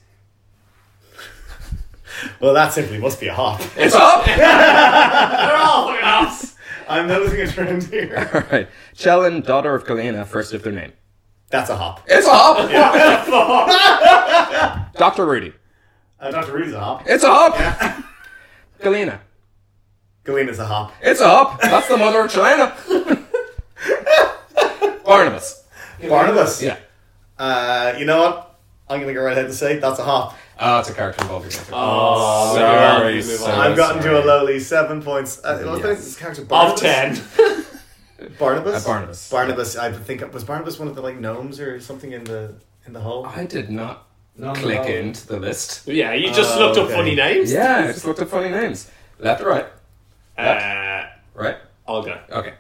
Speaker 3: Well, that simply must be a hop.
Speaker 1: It's up.
Speaker 2: They're all fucking us.
Speaker 3: I'm noticing a trend here.
Speaker 1: All right. Chellen, daughter of Galena, first of their name.
Speaker 3: That's a hop.
Speaker 1: It's a hop. Dr. Rudy.
Speaker 3: Uh, Dr. Rude's a hop.
Speaker 1: It's a hop. Galena.
Speaker 3: Galena's a hop.
Speaker 1: It's a hop. That's the mother of Chelena. Barnabas.
Speaker 3: Barnabas.
Speaker 1: Yeah.
Speaker 3: Uh, you know what? I'm going to go right ahead and say that's a hop.
Speaker 1: Oh, it's a character involved.
Speaker 2: Oh,
Speaker 1: sorry,
Speaker 2: move
Speaker 1: sorry.
Speaker 2: on.
Speaker 3: I've gotten
Speaker 1: sorry.
Speaker 3: to a lowly seven points. Uh, what
Speaker 1: Yes.
Speaker 3: is this character?
Speaker 2: Of
Speaker 3: Barnabas?
Speaker 2: ten.
Speaker 3: Barnabas.
Speaker 1: Uh, Barnabas.
Speaker 3: Barnabas. I think was Barnabas one of the like gnomes or something in the in the hole.
Speaker 1: I did not
Speaker 4: None
Speaker 1: click
Speaker 4: of those.
Speaker 1: into the list.
Speaker 2: Yeah, you just
Speaker 3: Oh,
Speaker 2: looked up
Speaker 3: okay.
Speaker 2: funny names.
Speaker 1: Yeah, I just looked at funny names. Left or right?
Speaker 2: Uh,
Speaker 1: Right?
Speaker 2: I'll go.
Speaker 1: Okay.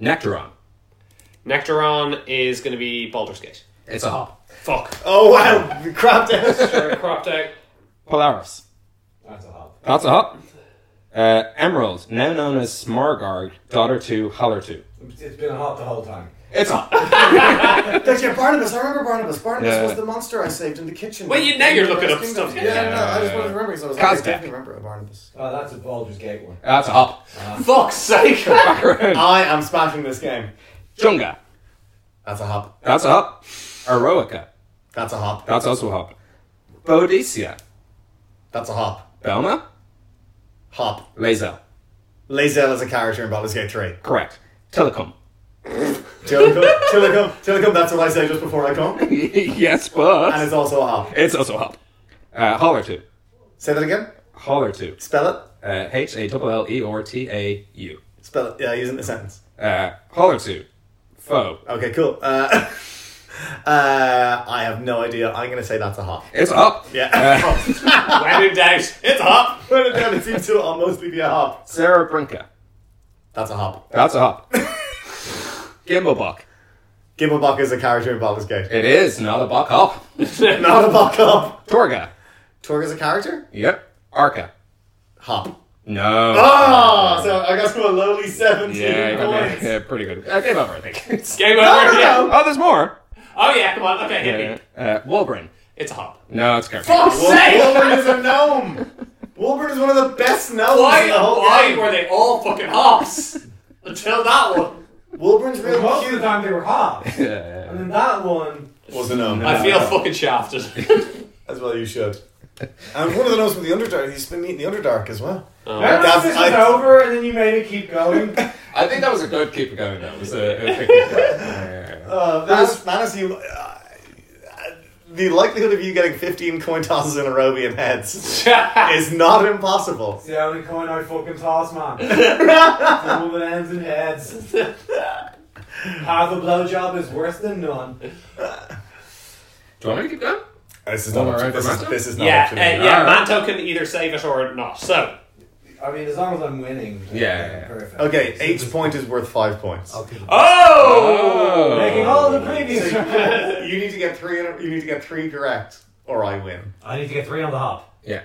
Speaker 1: Nectaron.
Speaker 2: Nectaron is going to be Baldur's Gate.
Speaker 1: It's a hop.
Speaker 2: Fuck.
Speaker 3: Oh wow! We crapped out.
Speaker 2: Sorry, cropped out.
Speaker 1: Polaris.
Speaker 4: That's a hop.
Speaker 1: That's a hop. Uh, Emerald, now known as Smargarg, daughter to Hallertu.
Speaker 4: It's been a hop the whole time.
Speaker 1: It's a hop.
Speaker 3: That's yeah, Barnabas. I remember Barnabas. Barnabas
Speaker 1: Yeah.
Speaker 3: was the monster I saved in the kitchen.
Speaker 2: Well, you- now you're looking up
Speaker 3: Yeah,
Speaker 2: stuff.
Speaker 3: Yeah, no, no, I just wanted to remember because I was like,
Speaker 1: Kazbek.
Speaker 3: I definitely remember a Barnabas.
Speaker 4: Oh, that's a Baldur's Gate one.
Speaker 1: That's a hop.
Speaker 2: Fuck's sake.
Speaker 3: I am smashing this game.
Speaker 1: Junga.
Speaker 3: That's a hop.
Speaker 1: That's a hop. Eroica.
Speaker 3: That's a hop.
Speaker 1: That's also a hop. Boadicea.
Speaker 3: That's a hop.
Speaker 1: Belma.
Speaker 3: Hop.
Speaker 1: Lazel.
Speaker 3: Lazel is a character in Baldur's Gate 3.
Speaker 1: Correct. Telecom.
Speaker 3: Tillicum, Tillicum, Tillicum, that's what I say just before I come. And
Speaker 1: yes, but.
Speaker 3: it's also a hop.
Speaker 1: It's also a hop. Uh, Hallertu.
Speaker 3: Say that again.
Speaker 1: Hallertu.
Speaker 3: Spell it.
Speaker 1: Uh, H A L L E R T A U.
Speaker 3: Spell it. Yeah, use it in a sentence.
Speaker 1: Uh, Hallertu. Foe.
Speaker 3: Okay, cool. Uh, uh, I have no idea. I'm going to say that's a hop.
Speaker 1: It's a hop.
Speaker 3: Yeah.
Speaker 1: Uh,
Speaker 2: when in doubt, it's up.
Speaker 3: Put it down. It seems to mostly be a hop.
Speaker 1: Sarah Brinka.
Speaker 3: That's a hop.
Speaker 1: That's a hop. Gimbalbach.
Speaker 3: Gimblebach is a character in Baldur's Gate.
Speaker 1: It is not a buck hop.
Speaker 3: Not a buck up.
Speaker 1: Torga.
Speaker 3: Torg is a character?
Speaker 1: Yep. Arca.
Speaker 3: Hop.
Speaker 1: No.
Speaker 3: Oh, so I got to a lowly 17
Speaker 1: yeah, you got
Speaker 3: points.
Speaker 1: me. yeah, pretty good. Uh, game over, I think.
Speaker 2: Game over.
Speaker 3: no, no.
Speaker 2: yeah.
Speaker 1: oh, there's more.
Speaker 2: Oh yeah, come on. Okay, hit me.
Speaker 1: Uh, Wolbrin.
Speaker 2: It's a hop.
Speaker 1: No, it's correct.
Speaker 2: Fuck's
Speaker 3: Wol-
Speaker 2: sake.
Speaker 3: Wolverine is a gnome. Wolverine is one of the best gnomes
Speaker 2: Why?
Speaker 3: in the whole
Speaker 2: Why
Speaker 3: game.
Speaker 2: were they all fucking hops? Until that one.
Speaker 3: Wolverine's real
Speaker 4: Most of the
Speaker 3: cute.
Speaker 4: time they were hops.
Speaker 1: Yeah.
Speaker 4: And then that one,
Speaker 3: Was a gnome.
Speaker 2: I feel fucking shafted.
Speaker 3: um, As well you should. And one of the gnomes from the Underdark. He's been meeting the Underdark as well.
Speaker 4: Remember
Speaker 3: That's-
Speaker 4: this was
Speaker 3: I-
Speaker 4: over and then you made it keep going?
Speaker 1: I think that was a good keep it going, though. It was a, it was a good keep going.
Speaker 3: Uh, Manus, Manus, you... Uh, the likelihood of you getting 15 coin tosses in a row being heads is not impossible.
Speaker 4: It's the only coin I fucking toss, man. it's all that ends in heads. Half a blowjob is worse than none.
Speaker 1: Do I want me to keep going?
Speaker 3: This is not
Speaker 1: Well,
Speaker 3: up to,
Speaker 1: alright,
Speaker 3: this, is,
Speaker 1: Manto?
Speaker 3: this is not
Speaker 2: yeah,
Speaker 3: up
Speaker 2: uh,
Speaker 3: to me.
Speaker 2: yeah.
Speaker 1: Alright.
Speaker 2: Manto can either save it or not. So
Speaker 4: I mean, as long as I'm winning. then
Speaker 1: Yeah, yeah, yeah.
Speaker 4: Perfect.
Speaker 3: Okay, each point is worth five points.
Speaker 4: Okay.
Speaker 1: Oh!
Speaker 4: Making all the previous.
Speaker 3: you need to get three. in a- You need to get three correct, or I win.
Speaker 4: I need to get three on the hop.
Speaker 1: Yeah.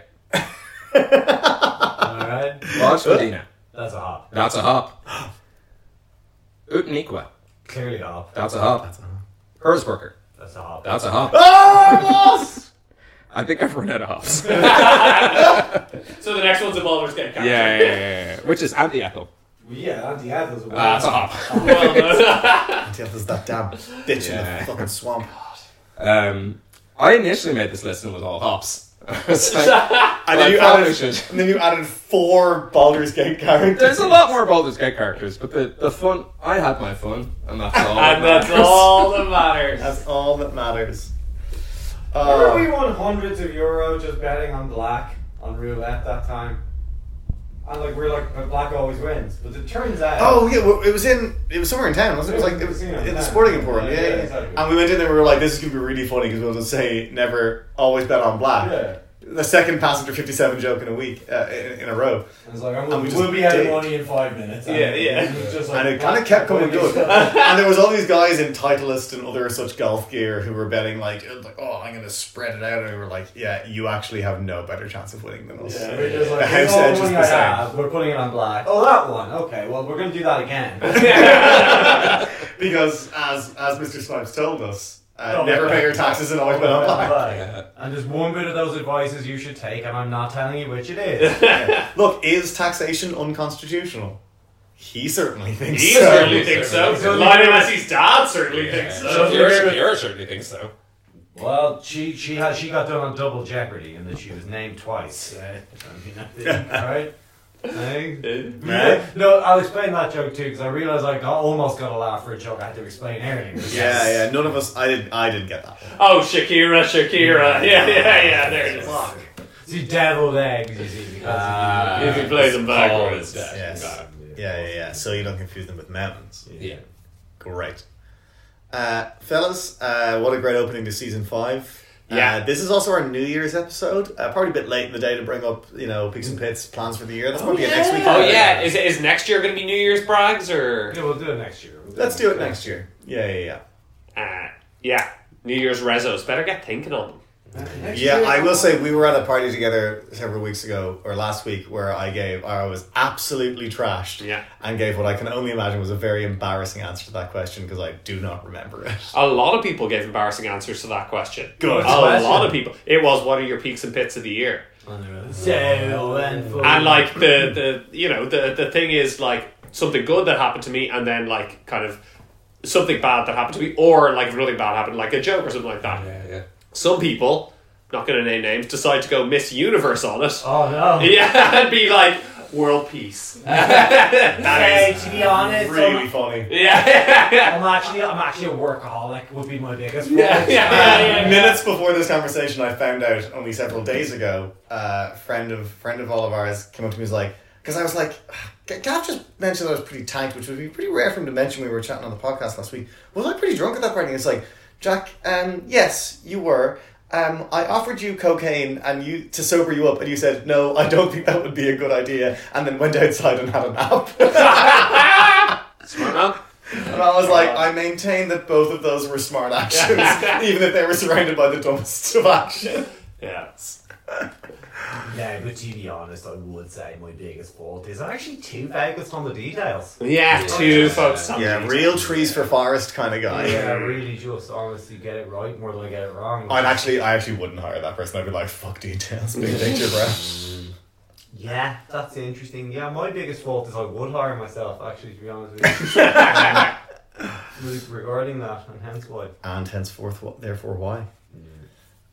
Speaker 4: Alright?
Speaker 1: Lodge Medina.
Speaker 4: That's a hop.
Speaker 1: That's a hop. Utniqua.
Speaker 4: Clearly a hop.
Speaker 1: That's a hop. Herzberger.
Speaker 4: That's a hop.
Speaker 1: That's a hop. Ah,
Speaker 3: Oh, I lost.
Speaker 1: I think I've run out of hops.
Speaker 2: so the next one's Evolver's Game
Speaker 1: Yeah,
Speaker 2: character.
Speaker 1: yeah, yeah, yeah, yeah. Which is anti ethyl.
Speaker 4: Yeah, Andy Adler's a
Speaker 1: That's a hop.
Speaker 2: Well done.
Speaker 3: Until there's that damn bitch in
Speaker 1: Yeah.
Speaker 3: the fucking swamp.
Speaker 1: Um, I initially made this list and it was all hops. I was like,
Speaker 3: And
Speaker 1: I
Speaker 3: then you
Speaker 1: probably
Speaker 3: added,
Speaker 1: should.
Speaker 3: and then you added four Baldur's Gate characters.
Speaker 1: There's a lot more Baldur's Gate characters, but the, the fun, I had my fun, and that's all. that
Speaker 2: and that's
Speaker 1: matters.
Speaker 2: all that matters.
Speaker 3: That's all that matters.
Speaker 4: Remember Uh, we
Speaker 3: Um,
Speaker 4: won hundreds of euro just betting on black on roulette that time? And like we're like, but black always wins. But it turns out.
Speaker 3: oh yeah, well, it was in it was somewhere in town, wasn't it? It was like it was
Speaker 4: Yeah,
Speaker 3: in
Speaker 4: yeah.
Speaker 3: the sporting emporium.
Speaker 4: Yeah,
Speaker 3: Yeah, yeah,
Speaker 4: yeah, exactly.
Speaker 3: And we went in there, and we were like, "This is gonna be really funny" because we'll just say never, always bet on black.
Speaker 4: Yeah.
Speaker 3: The second passenger fifty-seven joke in a week, uh, in, in a row,
Speaker 4: I was like, I'm,
Speaker 3: And we
Speaker 4: we'll
Speaker 3: just
Speaker 4: be out of
Speaker 3: did.
Speaker 4: money in five minutes. And
Speaker 3: Yeah, yeah.
Speaker 4: it was Just like,
Speaker 3: and it kind of kept coming good. and there was all these guys in Titleist and other such golf gear who were betting like, uh, like, "Oh, I'm gonna spread it out," and we were like, "Yeah, you actually have no better chance of winning than us."
Speaker 4: Yeah, we're just like,
Speaker 3: the
Speaker 4: here's
Speaker 3: house
Speaker 4: all
Speaker 3: edge
Speaker 4: the
Speaker 3: is
Speaker 4: money
Speaker 3: the
Speaker 4: I
Speaker 3: same.
Speaker 4: have, we're putting it on black. Oh, that one. Okay, well, we're going to do that again.
Speaker 3: Because as as Mr. Snipes told us, uh,
Speaker 4: Oh,
Speaker 3: never
Speaker 4: yeah.
Speaker 3: pay your taxes and always bet on black.
Speaker 4: And there's one bit of those advices you should take, and I'm not telling you which it is.
Speaker 3: Look, is taxation unconstitutional? He certainly thinks
Speaker 2: He
Speaker 3: so.
Speaker 2: certainly thinks so.
Speaker 1: So-
Speaker 2: Lionel Messi's dad certainly thinks
Speaker 1: Yeah.
Speaker 2: so.
Speaker 1: You're, you're certainly think so.
Speaker 4: well, she she had she got done on double jeopardy, and that she was named twice. Uh, I mean, I think, right? Eh?
Speaker 3: Right?
Speaker 4: No, I'll explain that joke too because I realised I got almost got a laugh for a joke I had to explain earlier.
Speaker 3: Yeah, yeah. None of us. I didn't. I didn't get that. one.
Speaker 2: Oh, Shakira, Shakira. Yeah, yeah, yeah. There it is.
Speaker 4: Fuck. See, deviled eggs, you see, because
Speaker 1: Ah.
Speaker 2: If you play them backwards.
Speaker 1: Paul is dead.
Speaker 3: Yes.
Speaker 1: Got it.
Speaker 3: Yeah, yeah, yeah. So you don't confuse them with mountains.
Speaker 1: Yeah.
Speaker 3: Great, uh, fellas. Uh, what a great opening to season five.
Speaker 2: Yeah.
Speaker 3: Uh, this is also our New Year's episode. Uh, probably a bit late in the day to bring up, you know, peaks and pits plans for the year. That's probably a next week.
Speaker 2: Oh
Speaker 3: topic.
Speaker 2: yeah, is, is next year going to be New Year's brags or?
Speaker 4: Yeah, we'll do it next year. We'll
Speaker 3: Let's do it next year. Yeah, yeah, yeah.
Speaker 2: Uh, yeah, New Year's rezos. Better get thinking on them.
Speaker 3: Yeah, I will say we were at a party together several weeks ago or last week where I gave I was absolutely trashed.
Speaker 2: Yeah.
Speaker 3: And gave what I can only imagine was a very embarrassing answer to that question because I do not remember it.
Speaker 2: A lot of people gave embarrassing answers to that question.
Speaker 3: Good
Speaker 2: A
Speaker 3: question.
Speaker 2: lot of people. It was what are your peaks and pits of the year?
Speaker 4: So and for
Speaker 2: And like the the you know the the thing is like something good that happened to me, and then like kind of something bad that happened to me, or like really bad happened, like a joke or something like that.
Speaker 1: Yeah, yeah.
Speaker 2: Some people, not going to name names, decide to go Miss Universe on it.
Speaker 4: oh no.
Speaker 2: Yeah, and be like world peace.
Speaker 4: Okay, to be honest,
Speaker 3: Really funny.
Speaker 2: Yeah.
Speaker 4: I'm, I'm actually I'm actually a workaholic. Would be my biggest.
Speaker 2: Yeah,
Speaker 4: problem.
Speaker 2: yeah, yeah, yeah, yeah.
Speaker 3: Uh, Minutes before this conversation, I found out only several days ago. A friend of friend of all of ours came up to me and was like, because I was like, "G- Gav just mentioned I was pretty tanked, which would be pretty rare for him to mention. when We were chatting on the podcast last week. Was I pretty drunk at that party? And it's like, Jack, um, yes, you were. Um, I offered you cocaine and you to sober you up, and you said no. I don't think that would be a good idea, and then went outside and had a nap.
Speaker 1: Smart man.
Speaker 3: And I was like, I maintain that both of those were smart actions, even if they were surrounded by the dumbest of actions.
Speaker 2: yeah.
Speaker 4: No, but to be honest, I would say my biggest fault is I'm actually too focused on the details.
Speaker 2: Yeah, two folks.
Speaker 3: Yeah, real trees for forest kind of guy.
Speaker 4: Yeah, I uh, really just honestly get it right more than I get it wrong.
Speaker 3: I'd actually, I actually wouldn't hire that person. I'd be like, fuck details, big picture, bro.
Speaker 4: yeah, that's interesting. Yeah, my biggest fault is I would hire myself. Actually, to be honest with you, regarding that, and hence why.
Speaker 3: And henceforth, what, therefore, why?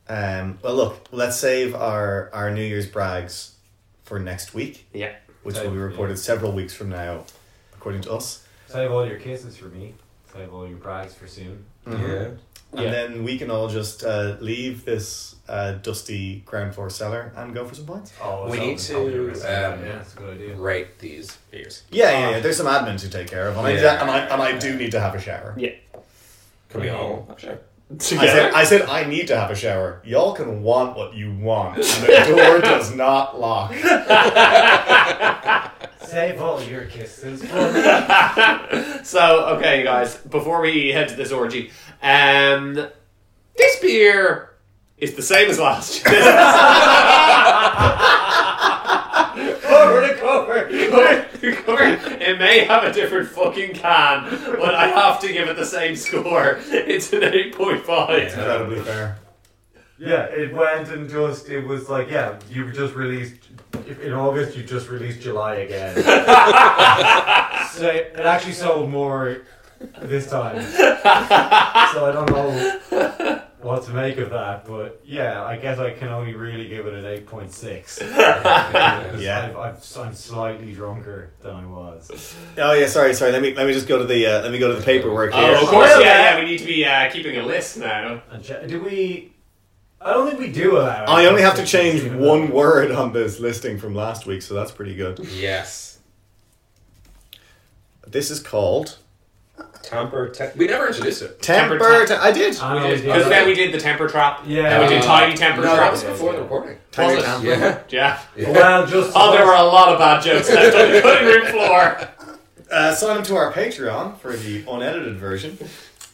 Speaker 3: Um, well, look, let's save our our New Year's brags for next week,
Speaker 2: Yeah.
Speaker 3: which will be recorded several weeks from now, according to us.
Speaker 4: Save all your kisses for me. Save all your brags for soon.
Speaker 1: Yeah.
Speaker 3: And
Speaker 2: Yeah.
Speaker 3: then we can all just uh, leave this uh, dusty ground floor cellar and go for some points.
Speaker 4: Oh,
Speaker 1: We
Speaker 4: so
Speaker 1: need
Speaker 4: it's probably
Speaker 1: to,
Speaker 4: a risk, Yeah,
Speaker 1: um,
Speaker 4: yeah, that's a good idea.
Speaker 1: Rate these beers.
Speaker 3: Yeah, yeah,
Speaker 2: Um,
Speaker 3: yeah. There's some admin to take care of, and, I,
Speaker 1: Yeah.
Speaker 3: and I and I do need to have a shower.
Speaker 2: Yeah.
Speaker 1: Can we all? Oh, Sure.
Speaker 3: I
Speaker 2: together.
Speaker 3: said, I said I need to have a shower. Y'all can want what you want. And the door does not lock.
Speaker 4: Save all your kisses.
Speaker 2: so, okay, guys, before we head to this orgy, um, this beer is the same as last year.
Speaker 4: Cover to cover.
Speaker 2: it may have a different fucking can, but I have to give it the same score. It's an 8.5.
Speaker 3: Incredibly fair.
Speaker 4: Yeah, it went and just it was like yeah, you just released if in August. You just released July again. so it actually sold more this time. so I don't know what to make of that, but yeah, I guess I can only really give it an eight point six.
Speaker 3: Yeah.
Speaker 4: I've, I've, I'm slightly drunker than I was.
Speaker 3: Oh yeah, sorry, sorry. Let me let me just go to the uh, let me go to the paperwork here.
Speaker 2: Oh, of course, yeah, yeah, we need to be uh, keeping a list now.
Speaker 4: And che- did we? I don't think we do allow.
Speaker 3: I only have to change
Speaker 4: 8.6, even though-
Speaker 3: one word on this listing from last week, so that's pretty good.
Speaker 1: Yes.
Speaker 3: This is called
Speaker 1: Tamper. Te- we never introduced it.
Speaker 3: temper.
Speaker 2: Temper
Speaker 3: Ta- I did.
Speaker 2: Ah.
Speaker 4: I only did-
Speaker 2: Because then we did the temper trap.
Speaker 4: Yeah.
Speaker 2: And we did
Speaker 1: Uh,
Speaker 2: tiny temper
Speaker 1: No, that
Speaker 2: traps.
Speaker 1: was before the recording.
Speaker 3: Tiny
Speaker 2: Was it?
Speaker 3: Tamper.
Speaker 1: Yeah.
Speaker 2: Yeah.
Speaker 4: Well, just
Speaker 2: Oh, there were a lot of bad jokes left on the cutting room floor.
Speaker 3: Uh, sign up to our Patreon for the unedited version.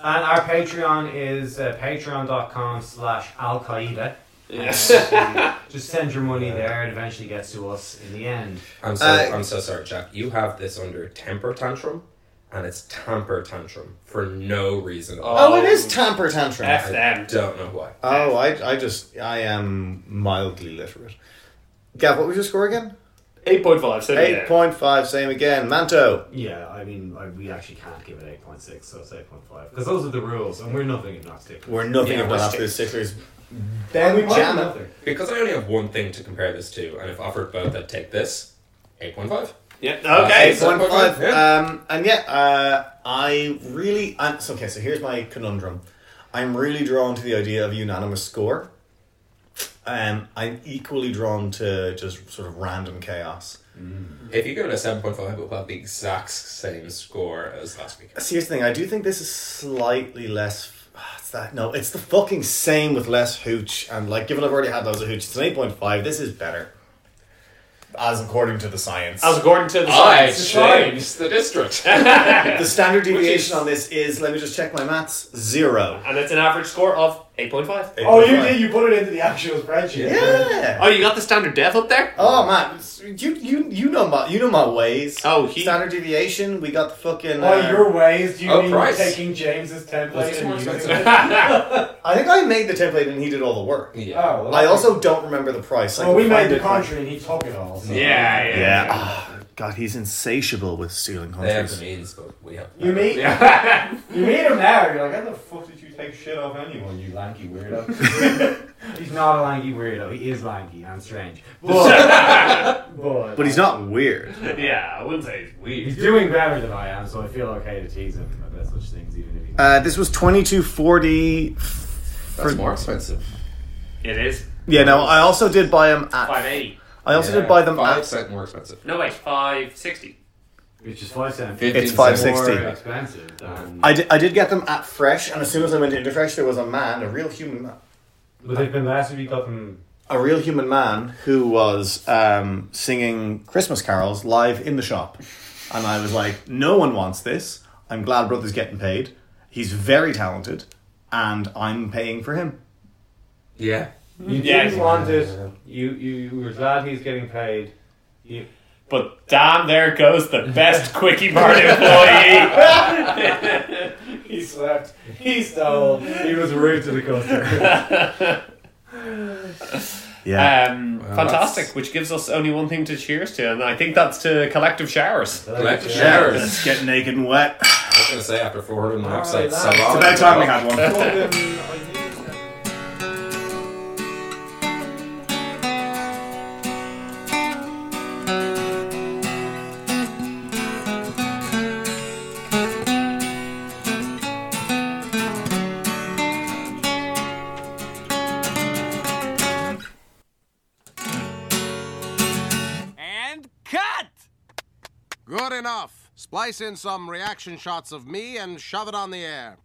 Speaker 4: And our Patreon is uh, patreon.com slash Al Qaeda. Just send your money there, it eventually gets to us in the end.
Speaker 1: I'm so
Speaker 3: Uh,
Speaker 1: I'm so sorry, Jack. You have this under temper tantrum, and it's tamper tantrum for no reason. at all.
Speaker 3: Oh, it is tamper tantrum.
Speaker 2: F
Speaker 1: I
Speaker 2: them.
Speaker 1: don't know why.
Speaker 3: Oh, I, I just I am mildly literate. Gav, what was your score again?
Speaker 2: 8.5, so
Speaker 3: Eight point five. Same again. Manto.
Speaker 4: Yeah, I mean, I, we actually can't give it 8.6, so it's 8.5. Because those are the rules, and we're nothing if not sticklers.
Speaker 3: We're nothing
Speaker 1: Yeah,
Speaker 3: about
Speaker 1: we're
Speaker 3: after the Sticklers. Then we jam it.
Speaker 1: Because I only have one thing to compare this to, and if offered both, I'd take this. 8.5.
Speaker 2: Yeah. Okay.
Speaker 1: Uh,
Speaker 2: so-
Speaker 3: One five.
Speaker 1: Yeah.
Speaker 3: Um, and yeah, uh, I really. I'm, so, okay, so here's my conundrum. I'm really drawn to the idea of unanimous score. Um, I'm equally drawn to just sort of random chaos.
Speaker 1: If you go to 7.5, it'll have the exact same score as last week.
Speaker 3: See, here's the thing. I do think this is slightly less. ah, It's that no, it's the fucking same with less hooch. And like, given I've already had loads of hooch, it's an eight point five. This is better, as according to the science.
Speaker 2: As according to the
Speaker 1: I
Speaker 2: science, it's
Speaker 1: changed the district.
Speaker 3: the standard
Speaker 1: is-
Speaker 3: deviation on this is. Let me just check my maths. Zero.
Speaker 2: fine. And it's an average score of 8.5.
Speaker 3: Oh, you did.
Speaker 4: You put it into the actual spreadsheet.
Speaker 3: Yeah.
Speaker 2: Oh, you got the standard dev up there?
Speaker 3: Oh man, you you you know my you know my ways.
Speaker 2: Oh, he-
Speaker 3: standard deviation. We got the fucking.
Speaker 4: By
Speaker 3: uh,
Speaker 4: your ways, you
Speaker 1: Oh,
Speaker 4: mean
Speaker 1: Christ.
Speaker 4: taking James's template
Speaker 1: That's too
Speaker 4: and
Speaker 1: much
Speaker 4: using it?
Speaker 1: expensive.
Speaker 3: I think I made the template and he did all the work.
Speaker 4: Oh,
Speaker 1: yeah.
Speaker 4: well,
Speaker 3: I also don't remember the price. I
Speaker 4: Well, we
Speaker 3: can
Speaker 4: made
Speaker 3: find
Speaker 4: the
Speaker 3: it.
Speaker 4: country and he took it all. so-
Speaker 2: Yeah, yeah.
Speaker 3: Yeah. Ah, God, he's insatiable with stealing
Speaker 1: They have
Speaker 3: countries.
Speaker 1: the means, but we have.
Speaker 4: You meet,
Speaker 2: Yeah.
Speaker 4: you meet him now, you're like, how the fuck did you take shit off anyone, you lanky weirdo? he's not a lanky weirdo, he is lanky and strange. But, but,
Speaker 3: But he's not weird.
Speaker 2: yeah, I wouldn't say it's
Speaker 4: He's
Speaker 2: weird.
Speaker 4: doing better than I am, so I feel okay to tease him about such things, even if he's
Speaker 3: Uh, this was twenty two forty.
Speaker 1: That's more expensive.
Speaker 2: It is.
Speaker 3: Yeah, no, I also did buy them at.
Speaker 2: 580.
Speaker 3: I also
Speaker 1: Yeah,
Speaker 3: did buy them
Speaker 1: Five
Speaker 3: at.
Speaker 1: cent more expensive.
Speaker 2: No, wait, 560.
Speaker 4: which is five cents
Speaker 1: 15
Speaker 3: It's five
Speaker 1: cent
Speaker 3: six.
Speaker 1: more.
Speaker 4: more
Speaker 3: 60.
Speaker 4: expensive than.
Speaker 3: I did, I did get them at Fresh, and as soon as I went into Fresh, there was a man, a real human man,
Speaker 4: but they've been last week up in.
Speaker 3: a real human man who was um, singing Christmas carols live in the shop. And I was like, no one wants this. I'm glad Brother's getting paid. He's very talented, and I'm paying for him.
Speaker 1: Yeah.
Speaker 4: You
Speaker 2: Yeah,
Speaker 4: didn't
Speaker 2: yeah.
Speaker 4: want it. You, you you were glad he's getting paid. You,
Speaker 2: But damn, there goes the best Quickie Mart employee.
Speaker 4: he slept. He stole. he was rude to the customer.
Speaker 3: Yeah.
Speaker 2: um,
Speaker 1: Well,
Speaker 2: fantastic,
Speaker 1: that's-
Speaker 2: which gives us only one thing to cheers to, and I think that's to collective showers.
Speaker 1: Collective
Speaker 3: yeah,
Speaker 1: Sure.
Speaker 3: let's get naked and wet.
Speaker 1: I was going to say, after 400 and a half
Speaker 4: Alright,
Speaker 1: sites,
Speaker 4: that's-
Speaker 1: so
Speaker 3: It's
Speaker 1: long.
Speaker 3: about time we had one.
Speaker 10: Good enough. Splice in some reaction shots of me and shove it on the air.